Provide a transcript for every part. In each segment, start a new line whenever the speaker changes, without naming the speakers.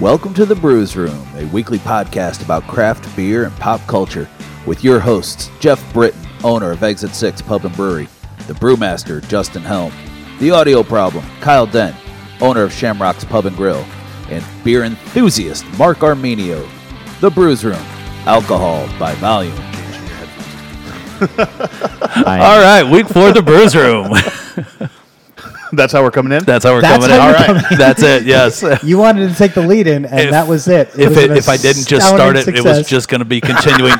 Welcome to the Brews Room, a weekly podcast about craft beer and pop culture with your hosts, Jeff Britton, owner of Exit 6 Pub and Brewery, the brewmaster, Justin Helm, the audio problem, Kyle Dent, owner of Shamrock's Pub and Grill, and beer enthusiast, Mark Armenio. The Brews Room, alcohol by volume.
All right, week four, of the Brews Room.
That's how we're coming in.
That's how we're
That's
coming in.
how
All
we're
right, that's it. Yes.
You wanted to take the lead in, and
If-
that was it. It
if
was
it,
an
if I didn't just start it,
astounding
it was
success.
just going to be continuing.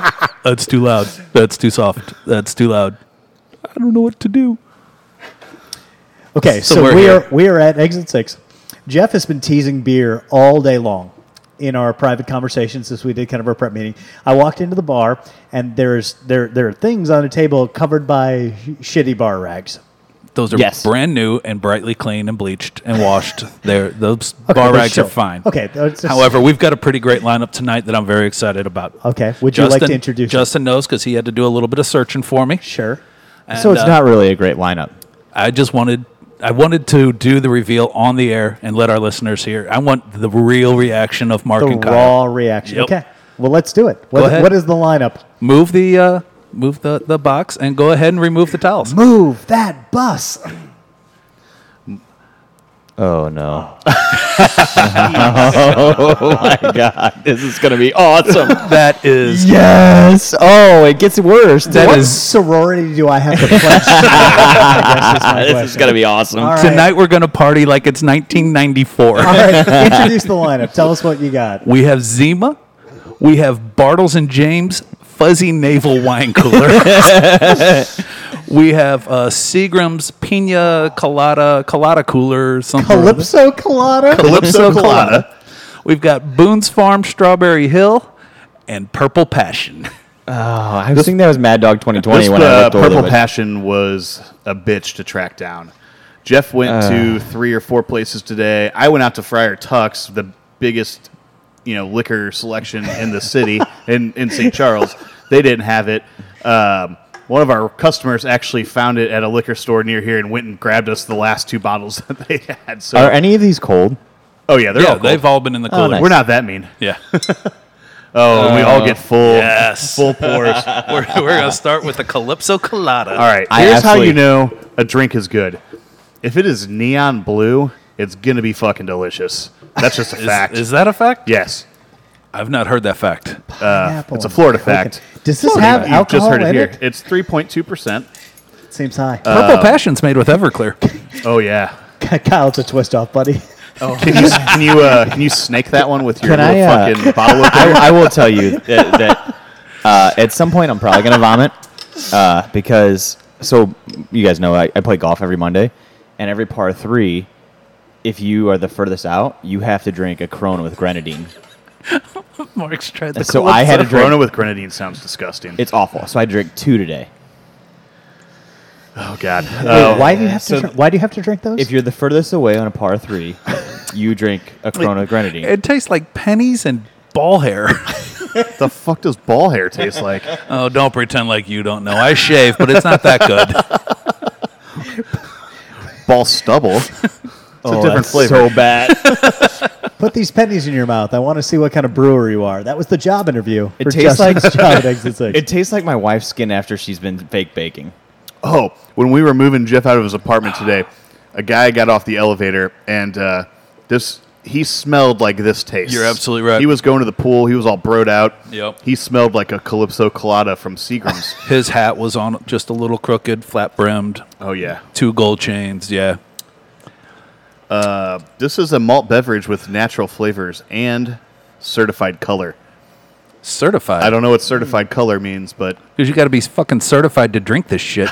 That's too loud. That's too soft. That's too loud. I don't know what to do.
okay.
so
So,
we're
we
here.
are we are at exit six. Jeff has been teasing beer all day long in our private conversations since we did kind of our prep meeting. I walked into the bar, and there's there there are things on the table covered by shitty bar rags.
Those are
Yes.
brand new and brightly clean and bleached and washed. They're, those bar
but
rags
still.
are fine.
Okay, that's just-
However, we've got a pretty great lineup tonight that I'm very excited about.
Okay, would you like to introduce it?
Justin knows because he had to do a little bit of searching for me.
Sure.
So
And,
it's
uh,
not really a great lineup.
I just wanted I wanted to do the reveal on the air and let our listeners hear. I want the real reaction of Mark
The
and Kyle.
raw reaction.
Yep.
Okay. Well, let's do it. What,
ahead.
what is the lineup?
Move the uh, move the, the box and go ahead and remove the towels.
Move that bus.
Oh no! oh my god! This is gonna be awesome.
That is
yes. Oh, it gets worse.
That
what
is-
sorority do I have to pledge? to? I guess is my
this is
question.
gonna be awesome.
All right.
tonight we're gonna party like it's 1994.
All right, introduce the lineup. Tell us what you got.
We have Zima, we have Bartles and James fuzzy navel wine cooler. we have uh, Seagram's Pina Colada Colada cooler something.
Calypso Colada.
Calypso
uh,
Colada. We've got Boone's Farm Strawberry Hill and Purple Passion.
Oh, I was thinking that was Mad Dog 2020
This
when I
uh,
looked over
purple
there,
passion was a bitch to track down. Jeff went
Uh.
to three or four places today. I went out to Friar Tuck's, the biggest you know liquor selection in the city in in St. Charles. They didn't have it. Um, one of our customers actually found it at a liquor store near here and went and grabbed us the last two bottles that they had. So,
but- Are any of these cold?
oh yeah, they're all
Yeah,
cold.
they've all been in the cooler.
nice.
We're not that mean.
Yeah.
Oh, and we all get full,
Uh, yes.
full pours.
we're we're going to start with the Calypso Colada.
All right.
I
here's how
absolutely-
you know a drink is good. If it is neon blue, it's gonna be fucking delicious. That's just a
Is,
fact.
is that a fact?
yes.
I've not heard that fact.
Pineapple
it's a
and
Florida
coconut.
fact.
Does this
You-
have
you
alcohol
just heard it
in
here. Uh,
it?
It's 3.2%.
Seems high.
Purple Passion's made with Everclear.
Oh yeah.
Kyle, it's a twist off, buddy.
Can you can you uh, can you snake that one with your
Oh. Can
little
I, uh,
fucking bottle opener?
I, I will tell you that, that uh, at some point I'm probably gonna vomit uh, because so you guys know I, I play golf every Monday, and every par three, if you are the furthest out, you have to drink a Corona with grenadine.
Mark's tried the
so I had to drink.
Corona with grenadine sounds disgusting.
it's awful. So I drank two today.
oh god.
Wait,
Oh,
why do you have to?
so-
drink- why do you have to drink those?
If you're the furthest away on a par three, you drink a Corona with grenadine.
It tastes like pennies and ball hair.
what the fuck does ball hair taste like?
oh, don't pretend like you don't know. I shave, but it's not that good.
Ball stubble.
It's
a different flavor.
Oh, So bad.
Put these pennies in your mouth. I want to see what kind of brewer you are. That was the job interview.
It
for
tastes like-
Justin's job at Exit Six.
it tastes like my wife's skin after she's been fake baking.
Oh, when we were moving Jeff out of his apartment today, a guy got off the elevator and uh, this he smelled like this taste.
You're absolutely right.
He was going to the pool. He was all broed out.
Yep.
He smelled like a Calypso Colada from Seagram's.
His hat was on just a little crooked, flat brimmed,
oh yeah.
two gold chains. Yeah.
This is a malt beverage with natural flavors and certified color.
Certified.
I don't know what certified color means, but
Because you got to be fucking certified to drink this shit.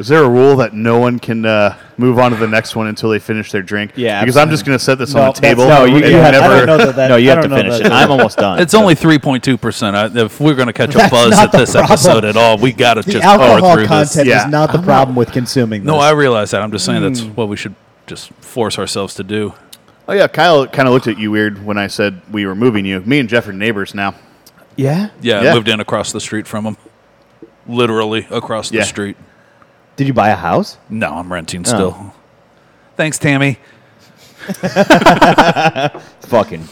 is there a rule that no one can uh, move on to the next one until they finish their drink?
Yeah,
Because I'm just going to set this on
that's
the table.
not
No, you,
and
really-
you have
I don't know
never.
that that-
no, you
I
have to
don't know
finish
that
it.
that-
I'm almost done.
It's only 3.2%. I, if we're going to catch a
That's
buzz
not
at
the
this
problem.
episode at all, we got to
the
just power
alcohol
through
content
this.
Yeah.
is not the problem with consuming.
No,
this.
I realize that. I'm just saying
Hmm.
that's what we should just force ourselves to do.
Oh yeah, Kyle kind of looked at you weird when I said we were moving you. Me and Jeff are neighbors now.
yeah.
Yeah, I
Yeah.
moved in across the street from him. Literally across the
Yeah.
street.
Did you buy a house? Oh.
No, I'm renting still. Thanks, Tammy.
Fucking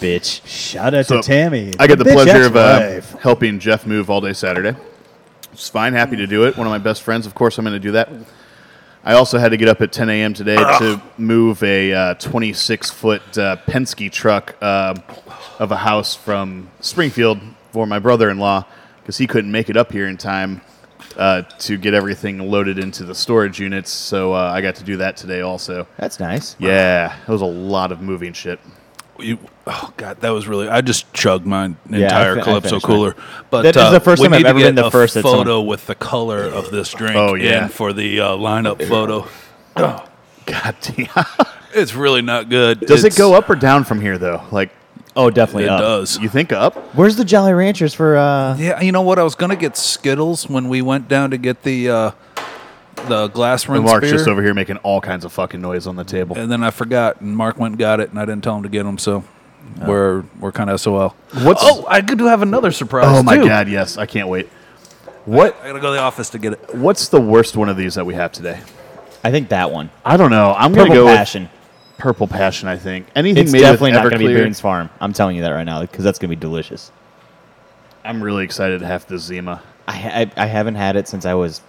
bitch.
Shout out
So,
to Tammy.
I get the
Bitch, that's
pleasure of uh,
life.
helping Jeff move all day Saturday. It's fine. Happy to do it. One of my best friends. Of course, I'm going to do that. I also had to get up at 10 a.m. today to move a 26 foot uh, Penske truck uh, of a house from Springfield for my brother in law because he couldn't make it up here in time uh, to get everything loaded into the storage units. So uh, I got to do that today also.
That's nice.
Yeah, it was a lot of moving shit.
You, oh god, that was really. I just chugged my
I
entire
fi- I
Calypso
finished
cooler. But
That is
uh,
the first
we
time I've
need to
ever been
get
the
a
first at
photo with the color of this drink.
Oh, yeah.
in for the uh, lineup photo.
God damn.
It's really not good.
Does
It's-
it go up or down from here, though? Like,
Oh, definitely
It
up.
does.
you think up?
Where's the Jolly Ranchers for? uh
Yeah, you know what? I was gonna get Skittles when we went down to get the uh, the glass rinse
Mark's
beer,
just over here making all kinds of fucking noise on the table.
and then I forgot, and Mark went and got it, and I didn't tell him to get them, so we're we're kind of sol.
What's-
oh, I do have another surprise.
Oh my
too.
god, yes, I can't wait.
What? I gotta go to the office to get it.
What's the worst one of these that we have today?
I think that one.
I don't know. I'm
Purple
gonna go
Passion.
with Purple Passion. I think anything
It's
made
definitely
with
not going to be
Everclear-
Boone's Farm. I'm telling you that right now because that's going to be delicious.
I'm really excited to have this Zima.
I, I I haven't had it since I was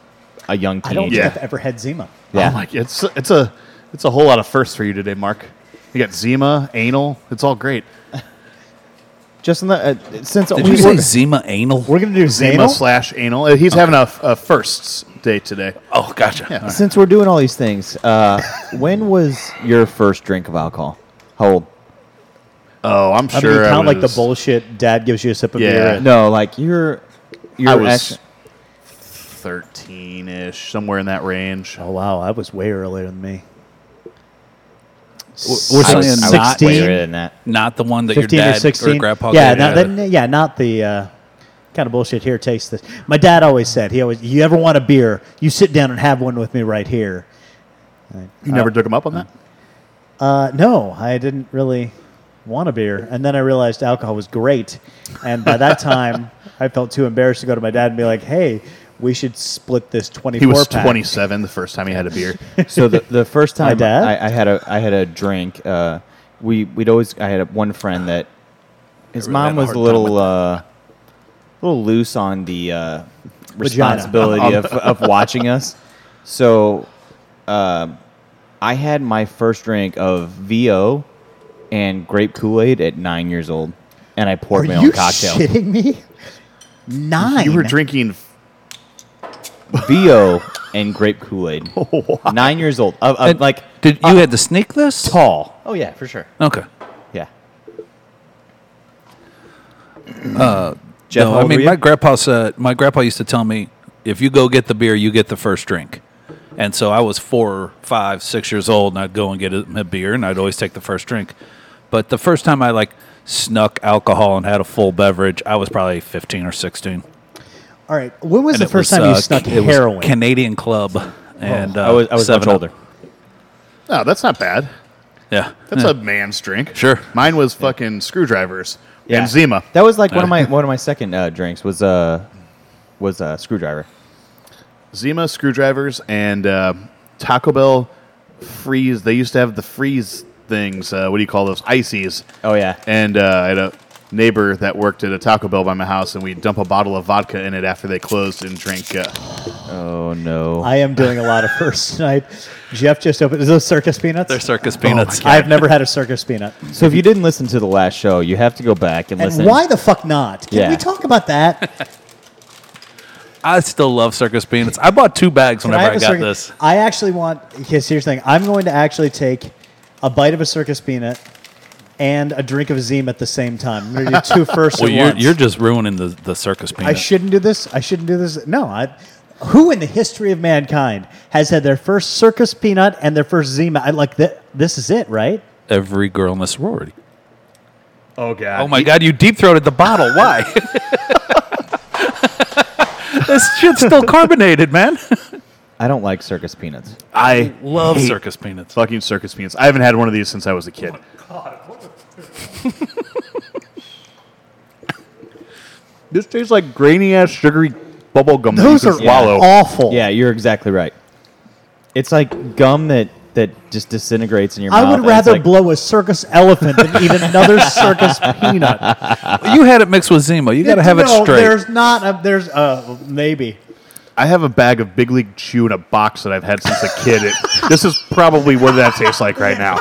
a young
I don't
teenager.
think
Yeah.
I've ever had Zima.
Yeah.
Oh my, it's it's a it's a whole lot of firsts for you today, Mark. You got Zima, anal. It's all great.
Just in the uh, since
Did
we
you say
were-
Zima anal?
We're gonna do
Zima
Zima.
slash anal. Uh, He's having a, a firsts day today.
Oh, gotcha.
Yeah.
since we're doing all these things, uh, when was your first drink of alcohol? How old?
Oh, I'm
I
sure.
mean, you
I
count like the
was-
bullshit. Dad gives you a sip of
Yeah.
beer. and-
No, like you're you're
I was
act-
thirteen ish, somewhere in that range.
Oh wow, I was way earlier than me.
we're
I was-
saying
I was
not-
later than that.
Not the one that your
15 or
dad
16
or grandpa
yeah
gave
not,
you.
that, yeah not the uh, kind of bullshit here taste this my dad always said he always you ever want a beer you sit down and have one with me right here
You never took him up on that.
mm, uh, no i didn't really want a beer and then i realized alcohol was great and by that time i felt too embarrassed to go to my dad and be like hey we should split this 24
He was
pack.
27 the first time he had a beer.
So the, the first time
dad?
I, I had a I had a drink, uh, we we'd always I had a, one friend that his
really
mom
had a
was
hard
a
time
little uh, little loose on the uh, responsibility
Vagina.
of, of watching us. So um I had my first drink of VO and grape Kool Aid at nine years old, and I poured
are
my
you
own cocktail.
kidding me nine
You were drinking
VO and grape Kool Aid. Nine years old. Of, of,
And
like
did you had to sneak this?
tall. Oh yeah, for sure.
Okay.
Yeah.
Uh,
Jeff,
no,
how
I
old
mean,
were you?
my grandpa said my grandpa used to tell me if you go get the beer, you get the first drink. And so I was four, five, six years old, and I'd go and get a, a beer, and I'd always take the first drink. But the first time I like snuck alcohol and had a full beverage, I was probably fifteen or sixteen.
all right when was
And
the
it
first
was,
time you
uh,
snuck
it was
heroin Oh.
Canadian Club, and uh,
I was I was much
7 Up.
older.
No, oh, that's not bad.
Yeah,
That's a man's drink.
Sure.
Mine was fucking screwdrivers
Yeah.
and Zima.
That was like one of my one of my second uh, drinks was uh was a uh, screwdriver.
Zima, screwdrivers, and uh, Taco Bell freeze. They used to have the freeze things. Uh, what do you call those? Ices.
Oh yeah.
And uh, I had a neighbor that worked at a Taco Bell by my house, and we'd dump a bottle of vodka in it after they closed and drink. Uh,
Oh no.
I am doing a lot of first night. Jeff just opened. Is those circus peanuts?
they're circus peanuts.
I've never had a circus peanut.
so if you didn't listen to the last show, you have to go back and,
And
listen.
why the fuck not? Can
Yeah.
we talk about that?
I still love circus peanuts. I bought two bags
Can
whenever I,
have a
got
circus-
this.
I actually want. Because here's the thing. I'm going to actually take a bite of a circus peanut and a drink of Zima at the same time. I'm going to do two firsts
Well,
at
you're,
once.
you're just ruining the, the circus peanut.
I shouldn't do this. I shouldn't do this. No, I. Who in the history of mankind has had their first circus peanut and their first Zima? I like that. This is it, right?
Every girl in the sorority.
oh, God.
Oh my god, you deep throated the bottle. Why? this shit's still carbonated, man.
I don't like circus peanuts.
I
Love
hate
circus peanuts.
Fucking circus peanuts. I haven't had one of these since I was a kid. this tastes like grainy ass sugary bubble gum. that you
Those
can
are
swallow.
awful.
Yeah, you're exactly right. It's like gum that that just disintegrates in your
I
mouth.
would
and it's
rather
like-
blow a circus elephant than eat another circus peanut.
You had it mixed with Zima. You got to have it
No,
straight.
There's not a there's uh maybe.
I have a bag of Big League Chew in a box that I've had since a kid. It, this is probably what that tastes like right now.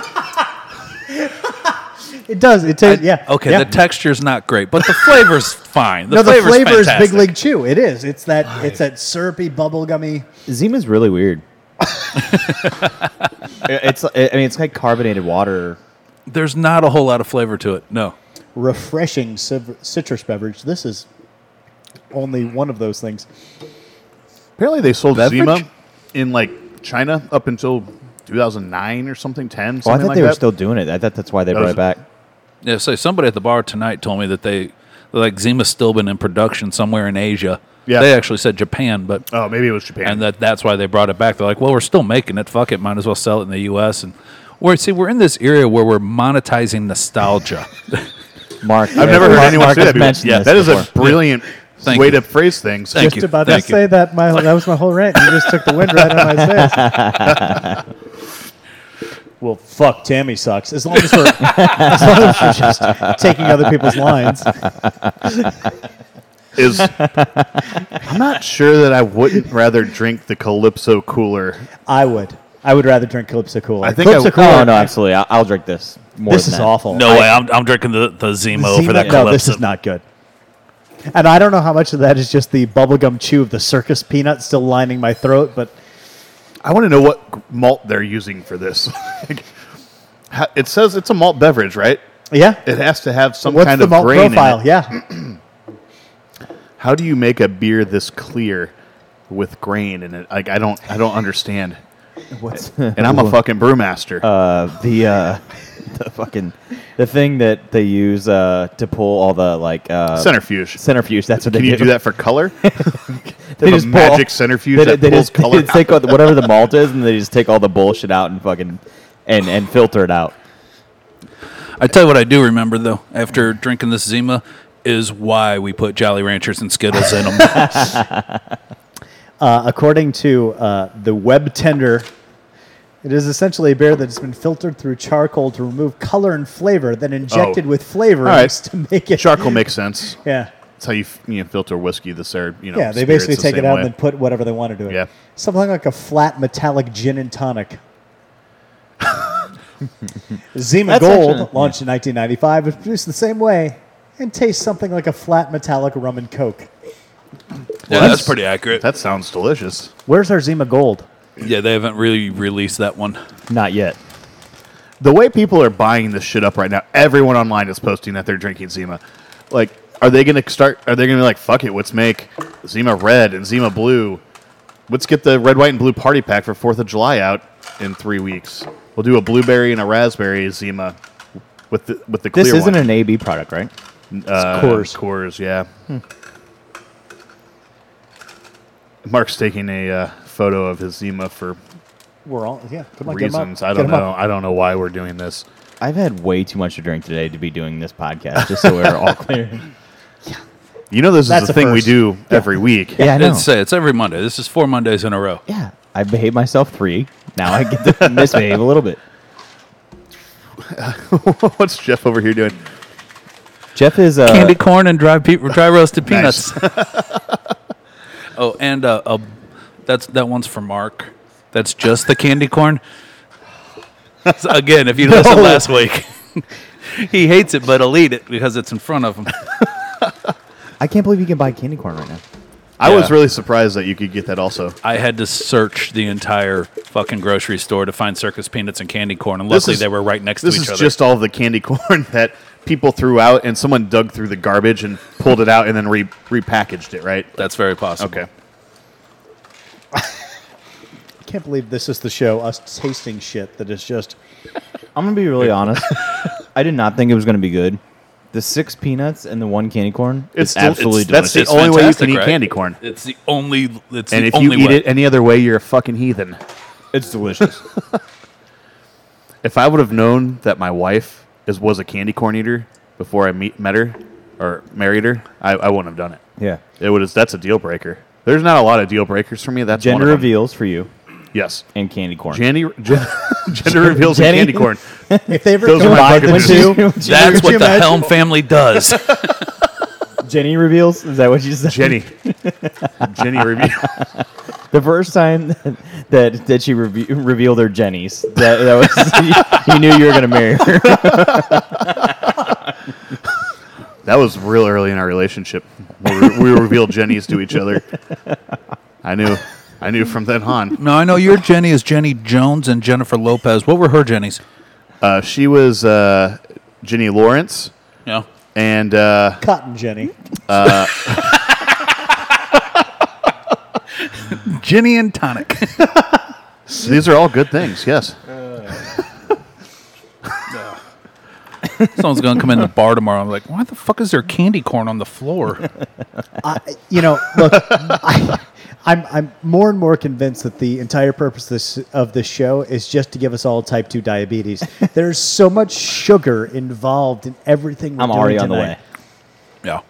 It does. It tastes yeah.
Okay,
yeah.
the texture's not great, but the flavor's fine. The
no, the
flavor's
flavor is Big
fantastic.
League Chew. It is. It's that. It's that syrupy, bubblegummy.
Zima's really weird. it's I mean it's like carbonated water.
There's not a whole lot of flavor to it. No.
refreshing civ- citrus beverage. This is only one of those things.
Apparently, they sold
Beverage?
Zima in like China up until 2009 or something, 10. Something
Oh, I thought
like
they were
that.
still doing it. I thought that's why they
That
brought
was-
it back.
Yeah, so somebody at the bar tonight told me that they like Zima's still been in production somewhere in Asia.
Yeah.
They actually said Japan, but
Oh, maybe it was Japan.
and that that's why they brought it back. They're like, well, we're still making it. Fuck it, might as well sell it in the U.S. And we're see, we're in this area where we're monetizing nostalgia.
Mark,
I've never heard anyone say that. before.
Mentioned
Yeah,
this
that is
before.
a brilliant
Thank
way
you.
to phrase things.
Thank
Just
you.
about
Thank
to
you.
say that. My that was my whole rant. You just took the wind right out of my sails. Well, fuck. Tammy sucks. As long as we're, as long as we're just taking other people's lines.
Is I'm not sure that I wouldn't rather drink the Calypso cooler.
I would. I would rather drink Calypso Cola.
I think I-
Calypso
Oh
Cola-
no, absolutely. I'll, I'll drink this. More
This
than
is
that.
awful.
no way, I'm, I'm drinking the the Zima,
Zima-
for that.
no, this
Calypso.
is not good. And I don't know how much of that is just the bubblegum chew of the circus peanut still lining my throat, but
I want to know what malt they're using for this. Like, ha- it says it's a malt beverage, right?
yeah.
It has to have some
What's
kind
the
of
malt
grain
profile?
in it.
Yeah.
How do you make a beer this clear with grain in it? Like I don't, I don't understand.
What's
And I'm a fucking brewmaster.
Uh, the uh, the fucking the thing that they use uh, to pull all the like uh,
centrifuge.
centrifuge. That's what
Can
they
you do that for color?
They
Have a
just pull all-
magic centrifuge
they,
that
they
pulls
just, they
color
just take all, the- whatever the malt is, and they just take all the bullshit out and fucking and and filter it out.
I tell you what, I do remember though. After drinking this Zima, is why we put Jolly Ranchers and Skittles in them.
Uh, according to uh, the web tender, it is essentially a beer that has been filtered through charcoal to remove color and flavor, then injected
Oh.
with flavorings
All right.
to make it.
Charcoal makes sense.
Yeah.
That's how you, f- you know, filter whiskey. This are you know.
Yeah, they
spirits
basically
the
take it
same
out
way.
and then put whatever they want to do it.
Yeah.
Something like a flat metallic gin and tonic. Zima
That's
Gold,
actually-
launched in 1995, was produced the same way and tastes something like a flat metallic rum and coke.
yeah, that's pretty accurate.
That sounds delicious.
Where's our Zima Gold?
Yeah, they haven't really released that one.
Not yet.
The way people are buying this shit up right now, everyone online is posting that they're drinking Zima. Like, are they gonna start? Are they gonna be like, fuck it, let's make Zima Red and Zima Blue. Let's get the red, white, and blue party pack for Fourth of July out in three weeks. We'll do a blueberry and a raspberry Zima with the with the clear
This isn't
one.
an AB product, right?
uh,
Coors. Hmm.
Coors, yeah. Mark's taking a uh, photo of his Zima for
We're all, yeah, come on, get 'em up.
reasons. I
Get
don't
'em up.
know. I don't know why we're doing this.
I've had way too much to drink today to be doing this podcast. Just so we're all clear.
You know, this
That's
is the
a
thing we
first.
do every week.
Yeah, I
I
know.
didn't say it's every Monday. This is four Mondays in a row.
yeah, I behaved myself three. Now I get to misbehave a little bit.
What's Jeff over here doing?
Jeff is uh,
candy corn and dry pe- dry roasted
Nice.
peanuts. oh, and uh, a, that's that one's for Mark. That's just the candy corn. So again, if you listened last week, he hates it, but he'll eat it because it's in front of him.
I can't believe you can buy candy corn right now.
I was
Yeah.
really surprised that you could get that also.
I had to search the entire fucking grocery store to find circus peanuts and candy corn, and luckily
is-
they were right next to
This
each
is
other.
just all the candy corn that people threw out, and someone dug through the garbage and pulled it out and then re- repackaged it, right?
that's very possible.
Okay.
I can't believe this is the show, us tasting shit that is just.
I'm gonna be really honest. I did not think it was gonna be good. The six peanuts and the one candy corn
It's
is
del-
absolutely
it's- that's
delicious.
the
It's
only way you can
fantastic,
eat
right?
candy corn.
It's the only. It's
And
the
if you
only
eat
way.
it any other way, you're a fucking heathen.
it's delicious.
If I would have known that my wife is was a candy corn eater before I meet, met her or married her, I, I wouldn't have done it.
yeah.
It would that's a deal breaker. There's not a lot of deal breakers for me. That's one
Gender
of them.
reveals for you.
Yes.
and candy corn.
Jenny, Jen, gender reveals and
Jenny?
candy corn.
If they ever
Those are my
combined
bucket
the
list.
two,
That's
Could
what
you
the
imagine?
Helm family does.
Jenny reveals. Is that what you said?
Jenny. Jenny reveals.
The first time that that, that she reve- revealed her Jennies, that, that was you, knew you were going to marry her.
That was real early in our relationship. We, re- we revealed Jennies to each other. I knew. I knew from then on.
No, I know your Jenny is Jenny Jones and Jennifer Lopez. What were her Jennies?
Uh, she was uh, Jenny Lawrence,
No.
and uh,
Cotton Jenny.
Jenny and Tonic.
these are all good things. Yes.
Someone's going to come in the bar tomorrow. I'm like, why the fuck is there candy corn on the floor?
I, you know, look, I, I'm I'm more and more convinced that the entire purpose of this, of this show is just to give us all type two diabetes. There's so much sugar involved in everything. We're
I'm
doing
already on
tonight.
the way.
Yeah.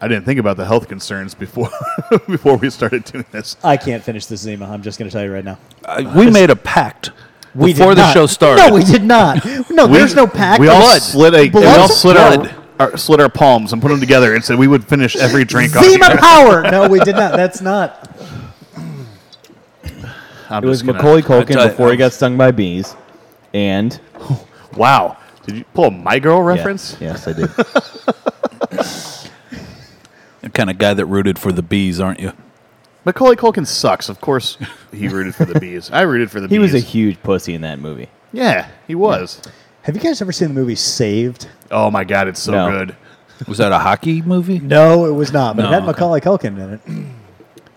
I didn't think about the health concerns before before we started doing this.
I can't finish this Zima. I'm just going to tell you right now.
I- we made a pact
We did
before the
not-
show started.
No, we did not. No,
We-
there's no pack.
We all
Blood.
slid a. We
Blood.
all slid our,
Blood.
our slit our palms and put them together and said we would finish every drink. off
Zima
here.
power. No, we did not. That's not.
I'm
It was
just gonna-
Macaulay
I
Culkin
tell-
before he got stung by bees, and
Wow. Did you pull a My Girl reference?
Yeah, yes, I did.
The kind of guy that rooted for the bees, aren't you?
Macaulay Culkin sucks. Of course, he rooted for the bees. I rooted for the
he
bees.
was a huge pussy in that movie.
yeah, he was.
Have you guys ever seen the movie Saved?
Oh my god, it's so
No.
good.
Was that a hockey movie?
No, it was not. But
No,
it had
okay.
Macaulay Culkin in it.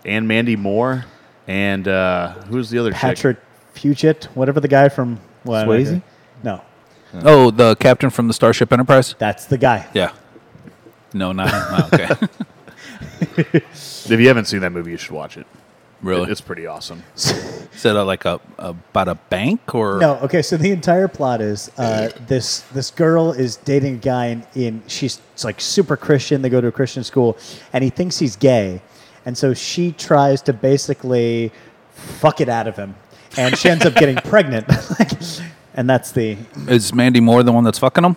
And Mandy Moore, and uh, who's the other chick?
Patrick Fugit, whatever the guy from well, I don't
Swayze?
know. No,
Oh, the captain from the Starship Enterprise?
that's the guy.
Yeah. No, not. not okay.
If you haven't seen that movie, you should watch it.
really?
It's pretty awesome.
Is that a, like a, about a bank or?
No, okay. So the entire plot is uh, this: this girl is dating a guy, in, in she's it's like super Christian. They go to a Christian school, and he thinks he's gay, and so she tries to basically fuck it out of him, and she ends up getting pregnant. Like, and that's the
Is Mandy Moore the one that's fucking him?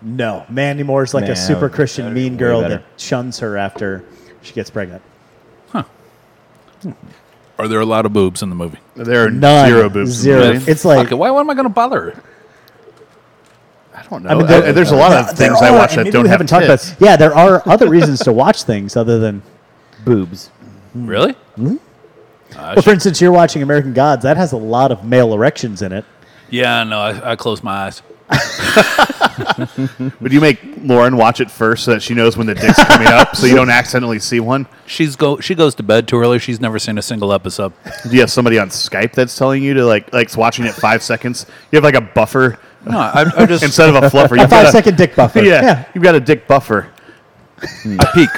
no. Mandy Moore's like
Nah,
a super Christian
better-
mean
way
girl
better.
that shuns her after she gets pregnant.
Are there a lot of boobs in the movie?
There are
None,
zero boobs. in the
zero.
movie.
It's like
Fuck it, Why, why am I going to bother her?
I don't know.
I mean,
I-
there-
Oh, there's a lot
there-
of things
there
I
are-
watch
and
that
maybe
don't
we
have
haven't talked about-
tits.
Yeah, there are other reasons to watch things other than.
Boobs.
Hmm.
Really?
Well, for instance, you're watching American Gods. That has a lot of male erections in it.
Yeah, no, I, I closed my eyes.
Would you make Lauren watch it first so that she knows when the dick's coming up, so you don't accidentally see one?
She's go. She goes to bed too early. She's never seen a single episode.
Do you have somebody on Skype that's telling you to like like watching it five seconds? You have like a buffer
No, I, I just
instead of a fluffer.
A
You've got
five
a-
second dick buffer.
Yeah, you've got a dick buffer.
I peek.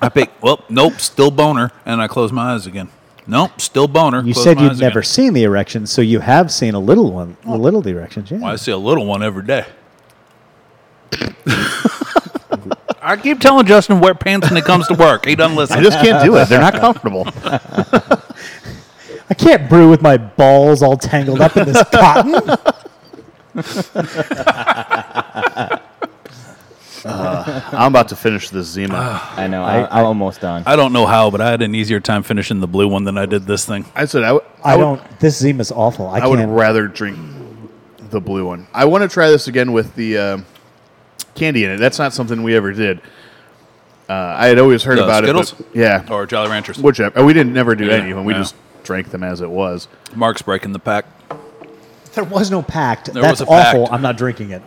I peek. Well, nope, still boner, and I close my eyes again. Nope, still boner.
You
close
said
my
you've
eyes again.
never seen the erections, so you have seen a little one, a little the erections. Yeah.
Well, I see a little one every day. I keep telling Justin to wear pants when it comes to work. He doesn't
I
listen.
just can't do it. They're not comfortable.
I can't brew with my balls all tangled up in this cotton.
I'm about to finish this Zima.
I know. I, I'm almost done.
I don't know how, but I had an easier time finishing the blue one than I did this thing.
I said I, w-
I
would-
don't. This Zima's awful. I,
I would
can't.
rather drink the blue one. I want to try this again with the um candy in it. That's not something we ever did. Uh, I had always heard
The
about
Skittles?
it. but- yeah.
Or Jolly Ranchers.
Which uh, we didn't never do any of them. We
yeah.
just drank them as it was.
Mark's breaking the pack.
there was no pact.
There
That's
was a pact.
awful. I'm not drinking it.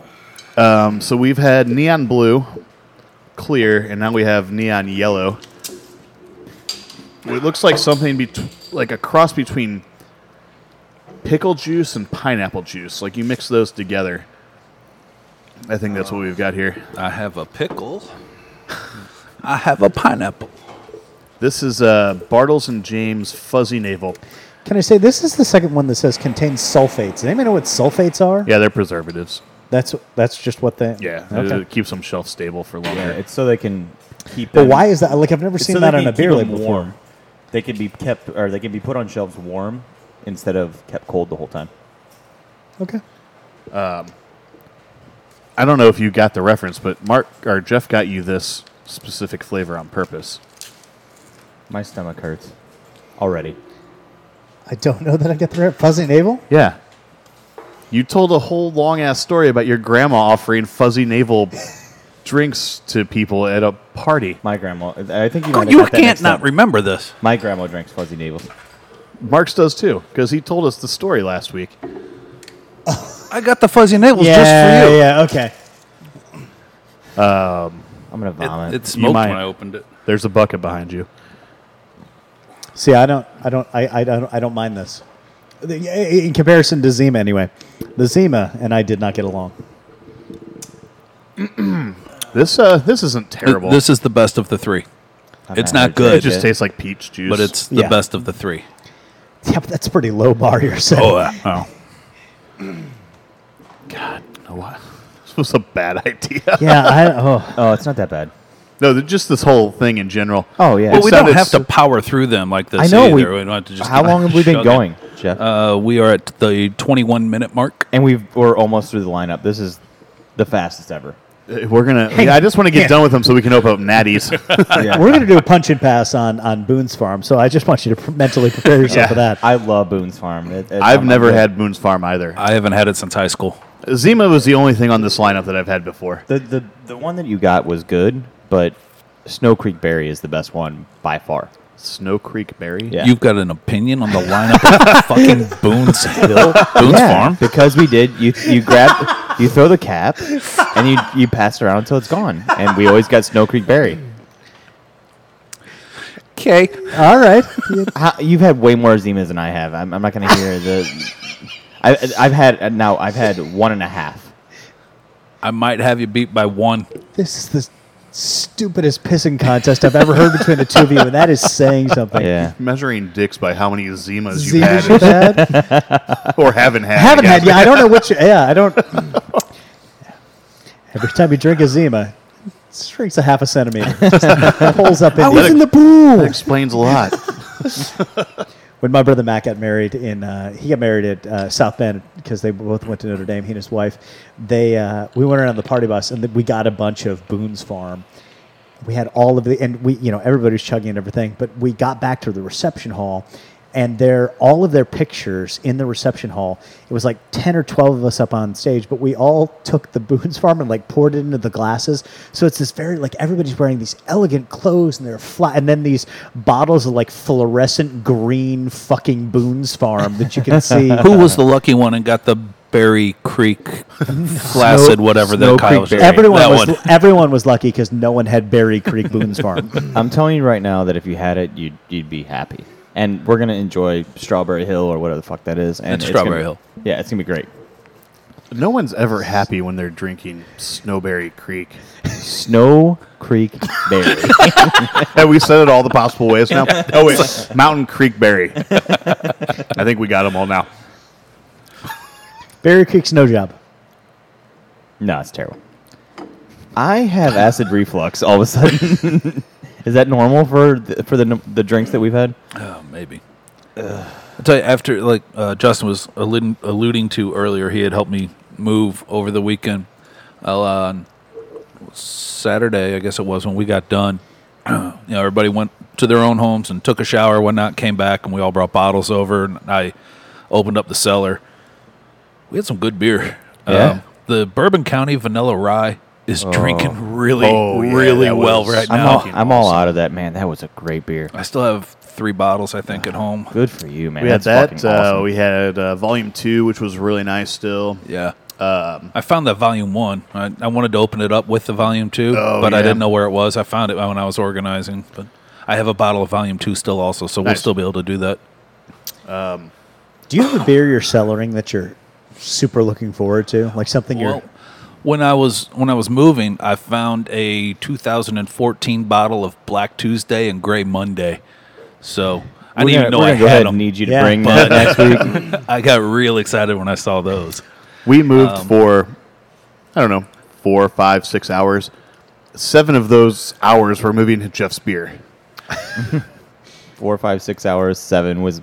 Um, so we've had neon blue, clear, and now we have neon yellow. It looks like something bet- like a cross between pickle juice and pineapple juice. Like you mix those together. I think that's what we've got here.
I have a pickle. I have a pineapple.
This is uh, Bartles and James Fuzzy Navel.
Can I say this is the second one that says contains sulfates? Does anybody know what sulfates are?
Yeah, they're preservatives.
That's that's just what they.
Yeah,
Okay.
it keeps them shelf stable for
Yeah,
longer.
it's so they can keep.
But
them-
why is that? Like I've never seen
so
that
they
on
can
a beer
keep 'em
label before.
warm. They could be kept or they can be put on shelves warm instead of kept cold the whole time.
Okay.
I don't know if you got the reference, but Mark or Jeff got you this specific flavor on purpose.
My stomach hurts already.
I don't know that I get the right fuzzy navel.
Yeah. You told a whole long ass story about your grandma offering fuzzy navel drinks to people at a party.
My grandma. I think you. might have
Oh, You
got that
can't
mixed
not
up.
remember this.
My grandma drinks fuzzy navels.
Mark's does too, because he told us the story last week.
I got the fuzzy nipples
Yeah,
just for
yeah,
you.
okay.
I'm gonna vomit.
It, it
You
smoked
might-
when I opened it.
There's a bucket behind you.
See, I don't, I don't, I, I don't, I don't mind this. The- In comparison to Zima, anyway, the Zima and I did not get along.
This uh, this isn't terrible.
This is the best of the 3 it's not
not hurt yet.
it
good,
just tastes like peach juice.
but it's the
Yeah.
best of the three.
Yeah, but that's a pretty low bar you're setting.
Oh, uh, oh.
God, no, what? This was a bad idea.
Yeah, I, oh,
oh, it's not that bad.
No, th- just this whole thing in general.
Oh yeah.
Well, we don't
sounded
have to
so-
power through them like this.
I know,
Either.
we-
don't have to just
How long have we been
shove it.
going, Jeff?
Uh, we are at the 21 minute mark.
and we've we're almost through the lineup. This is the fastest ever.
Uh, We're gonna. yeah, I just want to get done with them so we can open up natties.
Oh.
Yeah.
we're gonna do a punch and pass on on Boone's farm, so I just want you to pr- mentally prepare yourself
Yeah.
for that.
I love Boone's Farm. It- it's
I've
on my
never
list.
had Moon's Farm either.
I haven't had it since high school.
Zima was the only thing on this lineup that I've had before.
the the the one that you got was good, but Snow Creek Berry is the best one by far.
Snow Creek Berry.
Yeah.
You've got an opinion on the lineup of fucking Boone's Hill, Boone's Farm.
because we did. You you grab you throw the cap and you you pass it around until it's gone, and we always got Snow Creek Berry.
Okay,
All right,
How, you've had way more Zimas than I have. I'm, I'm not going to hear the. I, I've had now. I've had one and a half.
I might have you beat by one.
this is the stupidest pissing contest I've ever heard between the two of you, and that is saying something.
Yeah.
Measuring dicks by how many Zimas you've
Zimas you've
had
had?
or haven't had. I
haven't had.
guess.
Yeah, I don't know which. Yeah, I don't. Every time you drink a Zima, it shrinks a half a centimeter. Just pulls up. I
was in the
pool
Explains a lot.
when my brother Matt got married. In uh, he got married at uh, South Bend because they both went to Notre Dame. He and his wife. They uh, we went around on the party bus and we got a bunch of Boone's Farm. we had all of the and we you know everybody's chugging and everything but we got back to the reception hall and their all of their pictures in the reception hall it was like 10 or 12 of us up on stage but we all took the boone's farm and like poured it into the glasses so it's this very like everybody's wearing these elegant clothes and they're flat and then these bottles of like fluorescent green fucking boone's farm that you can see
Who was the lucky one and got the Berry Creek flaccid whatever
Snow
that
Creek
Kyle was?
Berry.
everyone
that
was
one.
everyone was lucky because no one had berry creek boone's farm
I'm telling you right now that if you had it, you'd you'd be happy. And we're gonna enjoy Strawberry Hill or whatever the fuck that is. And
It's
gonna
Strawberry
be-
Hill.
Yeah, it's gonna be great.
No one's ever happy when they're drinking Snowberry Creek.
Snow Creek Berry.
Have we said it all the possible ways now? Oh wait, Mountain Creek Berry. I think we got them all now.
berry creek's no job
no, it's terrible. I have acid reflux. All of a sudden, is that normal for the, for the the drinks that we've had?
Oh, maybe. I tell you, after like uh, Justin was alluding, alluding to earlier, he had helped me move over the weekend. Uh, on Saturday, I guess it was when we got done. you know, everybody went to their own homes and took a shower, whatnot, came back, and we all brought bottles over. And I opened up the cellar. We had some good beer. Um,
Yeah?
the Bourbon County Vanilla Rye is drinking really,
Oh, yeah,
really
that
well
was-
right
I'm
now.
all, I'm all out of that, man. That was a great beer.
I still have three bottles, I think, at home.
Good for you, man.
We had
That's
that.
fucking awesome.
Uh, we had uh, Volume Two, which was really nice. Still,
Yeah.
Um,
I found that volume one. I, I wanted to open it up with the volume two,
Oh,
but I
yeah.
didn't know where it was. I found it when I was organizing. But I have a bottle of volume two still, also, so we'll
Nice.
still be able to do that.
Do you have a beer you're cellaring that you're super looking forward to? Like something
Well,
you're.
when I was when I was moving, I found a 2014 bottle of Black Tuesday and Gray Monday. So I
We're
didn't
gonna,
even know
we're
I
gonna go ahead
had
and need you to
Yeah.
bring
But-
that next week.
them. I got real excited when I saw those.
we moved
Um,
for I don't know four, five, six hours. Seven of those hours were moving to Jeff's beer.
four, five, six hours. Seven was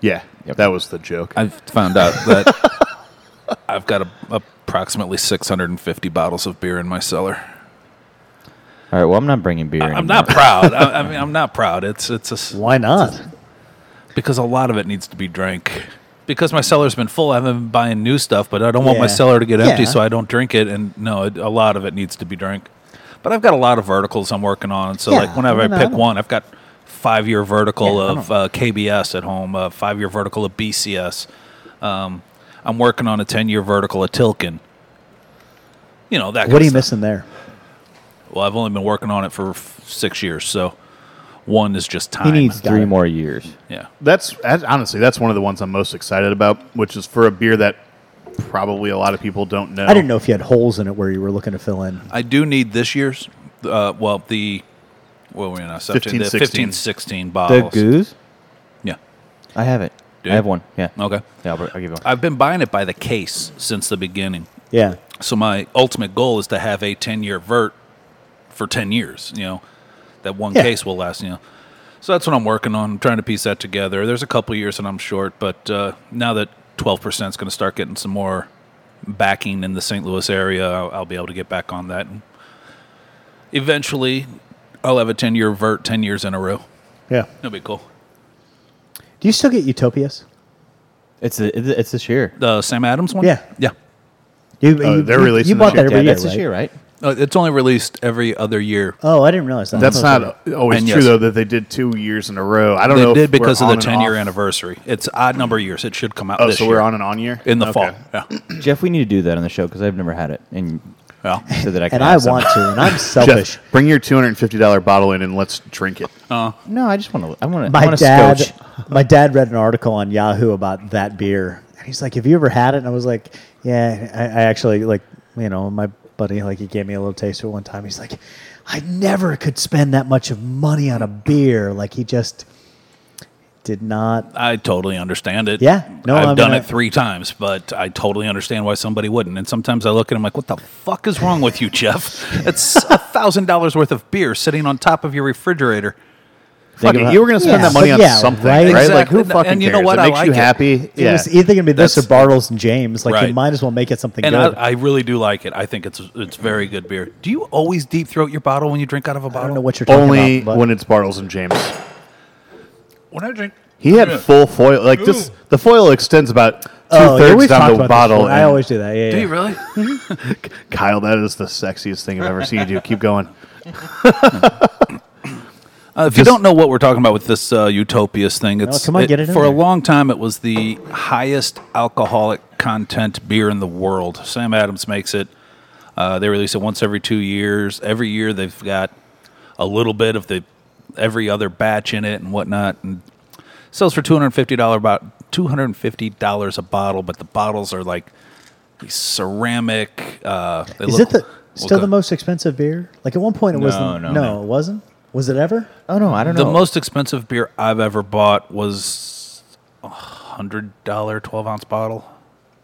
Yeah,
Yep.
that was the joke.
I've found out that I've got a, approximately 650 bottles of beer in my cellar.
all right. Well, I'm not bringing beer.
I'm not proud. I, I mean, I'm not proud. It's it's a s
Why not?
because a lot of it needs to be drank. Because my cellar's been full, I haven't been buying new stuff, but I don't want my
Yeah.
cellar to get empty,
Yeah.
so I don't drink it. And no, it, a lot of it needs to be drank. But I've got a lot of verticals I'm working on, so
Yeah,
like whenever I,
no, no, I
pick
don't-
one, I've got five year vertical
Yeah, I
of uh, KBS at home, uh, five year vertical of BCS. Um, I'm working on a ten year vertical of Tilkin. You know that.
What
kinda
are you
uh,
stuff.
missing there?
Well, I've only been working on it for f- six years, so one is just time.
needs- Got
Three
it.
more years.
yeah.
That's that's- honestly that's one of the ones I'm most excited about, which is for a beer that probably a lot of people don't know.
I didn't know if you had holes in it where you were looking to fill in.
I do need this year's. Uh, well, the what were we in our subject?
15,
the
16.
15, 16
The
bottles.
goose.
Yeah.
I have it.
Oh, Do
I
you?
have one. Yeah.
Okay.
Yeah. I'll, br- I'll give you one.
I've been buying it by the case since the beginning.
Yeah.
So my ultimate goal is to have a ten-year vert for ten years. You know, that one
Yeah.
case will last. You know, so that's what I'm working on. I'm trying to piece that together. There's a couple years that I'm short, but uh, now that 12 percent is going to start getting some more backing in the St. Louis area, I'll, I'll be able to get back on that. And eventually, I'll have a 10-year vert, 10 years in a row.
Yeah.
It'll be cool.
Do you still get Utopias?
It's a, it's it's this year.
The Sam Adams one.
Yeah.
yeah.
You,
Oh, they're releasing
You
this
bought that
year.
every
yeah,
year,
that's
right?
this year, right?
Uh, it's only released every other year.
Oh, I didn't realize that.
That's
I thought it was
not always
And
true
yes.
though that they did two years in a row. I don't know.
They
if
did
we're
because of the
on and
10 year
off.
anniversary. It's odd number of years. It should come out
Oh,
this
so
year.
we're on and on year
in the
Okay.
fall. Yeah.
Jeff, we need to do that on the show because I've never had it, and
Well,
so that I can.
And I
have some.
want to, and I'm selfish.
Jeff, bring your two hundred and fifty dollar bottle in and let's drink it.
Um,
No, I just want to. I want to. I
my
want
dad,
A scotch.
my dad read an article on Yahoo about that beer, and he's like, "Have you ever had it?" And I was like, "Yeah, I, I actually like, you know, my buddy like he gave me a little taste of it one time. He's like, I never could spend that much of money on a beer. Like he just did not.
I totally understand it.
Yeah. No,
No, I've
I mean,
done
I-
it three times, but I totally understand why somebody wouldn't. And sometimes I look at him like, what the fuck is wrong with you, Jeff? It's a $1,000 worth of beer sitting on top of your refrigurator.
Fuck
about-
it, you were going to spend
Yeah,
that money
but
on
yeah,
something, right?
right?
Like who
Exactly.
fucking
And you know
cares?
what?
It
I
makes you
like it.
happy.
It
Yeah.
was either gonna be this or
That's-
Bartles and James. Like you
Right.
might as well make it something
And I,
good. I,
I really do like it. I think it's it's very good beer. Do you always deep throat your bottle when you drink out of a bottle?
don't know what you're talking
Only
about. but-
when it's Bartles and James.
When I drink,
He had
Yeah.
full foil. Like this, the foil extends about two
Oh, yeah,
thirds
we've talked
down
about
the
this
bottle.
before. I
and-
always do that. Yeah,
do
yeah.
you really?
Kyle, that is the sexiest thing I've ever seen you do. Keep going.
Uh, if you don't know what we're talking about with this uh, Utopias thing, it's
come on, get it in
for a
there.
long time. It was the highest alcoholic content beer in the world. Sam Adams makes it. Uh, they release it once every two years. Every year they've got a little bit of the every other batch in it and whatnot, and sells for two hundred fifty dollar about two hundred fifty dollars a bottle. But the bottles are like these ceramic. Uh, they
Is
look-
it the still
look-
the most expensive beer? Like at one point it wasn't. No,
no, no.
it wasn't. Was it ever?
Oh no, I don't
The
know.
most expensive beer I've ever bought was a hundred dollar twelve ounce bottle.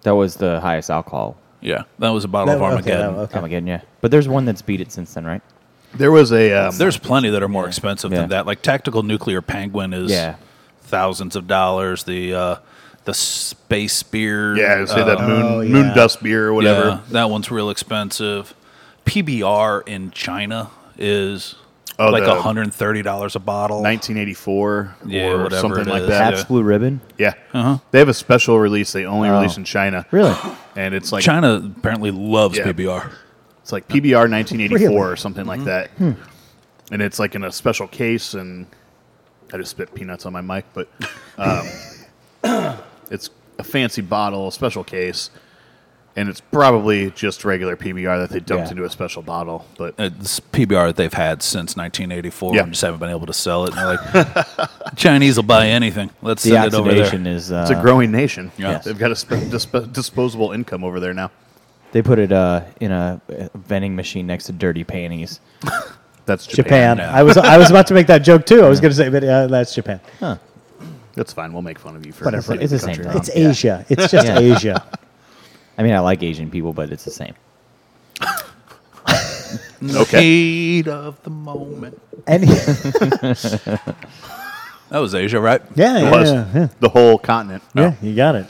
that was the highest alcohol.
Yeah, that was a bottle of
That- okay,
Armageddon.
that- okay.
Armageddon, yeah. But there's one that's beat it since then, right?
There was a um,
There's plenty that are more expensive
Yeah.
than that. Like Tactical Nuclear Penguin is
Yeah.
thousands of dollars. The uh, the Space Beer.
yeah, I'd say that
uh,
moon
Oh, yeah.
moon dust beer or whatever.
yeah, that one's real expensive. PBR in China is
Oh,
like
the-
hundred and thirty dollars a bottle.
1984
Yeah,
or
whatever
something
it
like
is. Uh-huh.
that.
Pabst Blue Ribbon.
Yeah, they have a special release. They only release in China.
Really?
And it's like
China apparently loves
Yeah.
PBR.
it's like PBR 1984
Really? Mm-hmm. Hmm.
or something like that. And it's like in a special case. And I just spit peanuts on my mic, but um, it's a fancy bottle, a special case, and it's probably just regular PBR that they dumped
Yeah.
into a special bottle. But
it's PBR that they've had since 1984.
Yeah.
and just haven't been able to sell it. And they're like, Chinese will buy anything. Let's
The
send it over
oxidation
there.
is. Uh,
It's a growing nation.
Yes.
They've got a sp- disp- disposable income over there now.
They put it uh, in a uh, vending machine next to dirty panties.
That's Japan.
Japan. I was I was about to make that joke too. I was going to say, but uh, that's Japan.
That's fine. We'll make fun of you for
Whatever.
for
It's the same
country.
thing.
It's Asia. It's just
Yeah.
Asia.
I mean, I like Asian people, but it's the same.
Okay.
Heat of the moment.
Any
That was Asia, right?
Yeah,
It
yeah,
was
yeah, yeah.
the whole continent.
Yeah, you got it.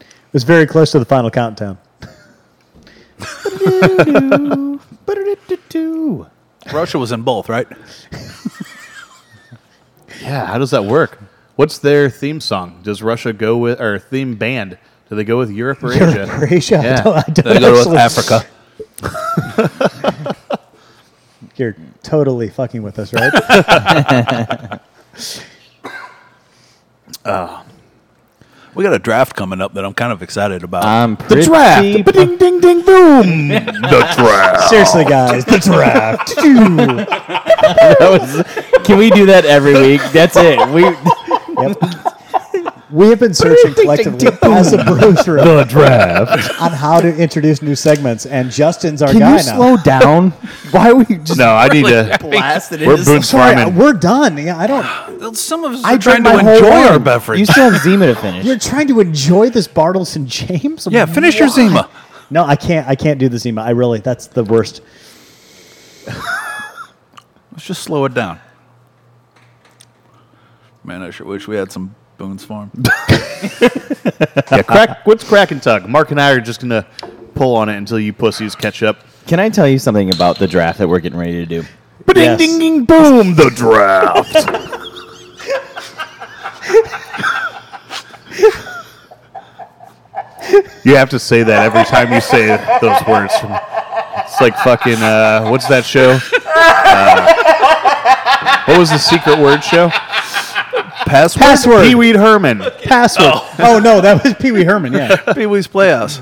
It was very close to the final countdown.
Russia was in both, right?
Yeah, how does that work? What's their theme song? Does Russia go with or theme band? Do they go with Europe or Asia?
Europe or Asia? I
Yeah.
don't- I don't
They go
actually-
to Africa.
You're totally fucking with us, right?
We got a draft coming up that I'm kind of excited about.
Um,
I'm pretty
the draft.
ding ding ding boom.
Seriously, guys, the draft. Yep.
Can we do that every week? That's it. We
We have been searching collectively as a Bruce room
the draft.
on how to introduce new segments, and Justin's our
Can
guy
you
now.
slow down? Why are we just
No, I need to.
blasted
We're Boone
Sorry, I-
Farman.
we're done. Yeah, I don't.
Some of us
I
are trying to
drank my whole
enjoy our
wine.
beverage.
You still have Zima to finish.
You're trying to enjoy this Bartles and James.
yeah, finish your
Why?
Zima.
No, I can't. I can't do the Zima. I really. That's the worst.
Let's just slow it down. Man, I sure wish we had some Boone's Farm.
Yeah, crack, what's crack and tug? Mark and I are just gonna pull on it until you pussies catch up.
Can I tell you something about the draft that we're getting ready to do?
Yes.
ding boom! The draft. you have to say that every time you say those words. It's like fucking uh, what's that show? Uh, what was the secret word show?
Password.
Password.
Pee Wee Herman.
Password. Oh. no, that was Pee Wee Herman. Yeah.
Pee Wee's Playhouse.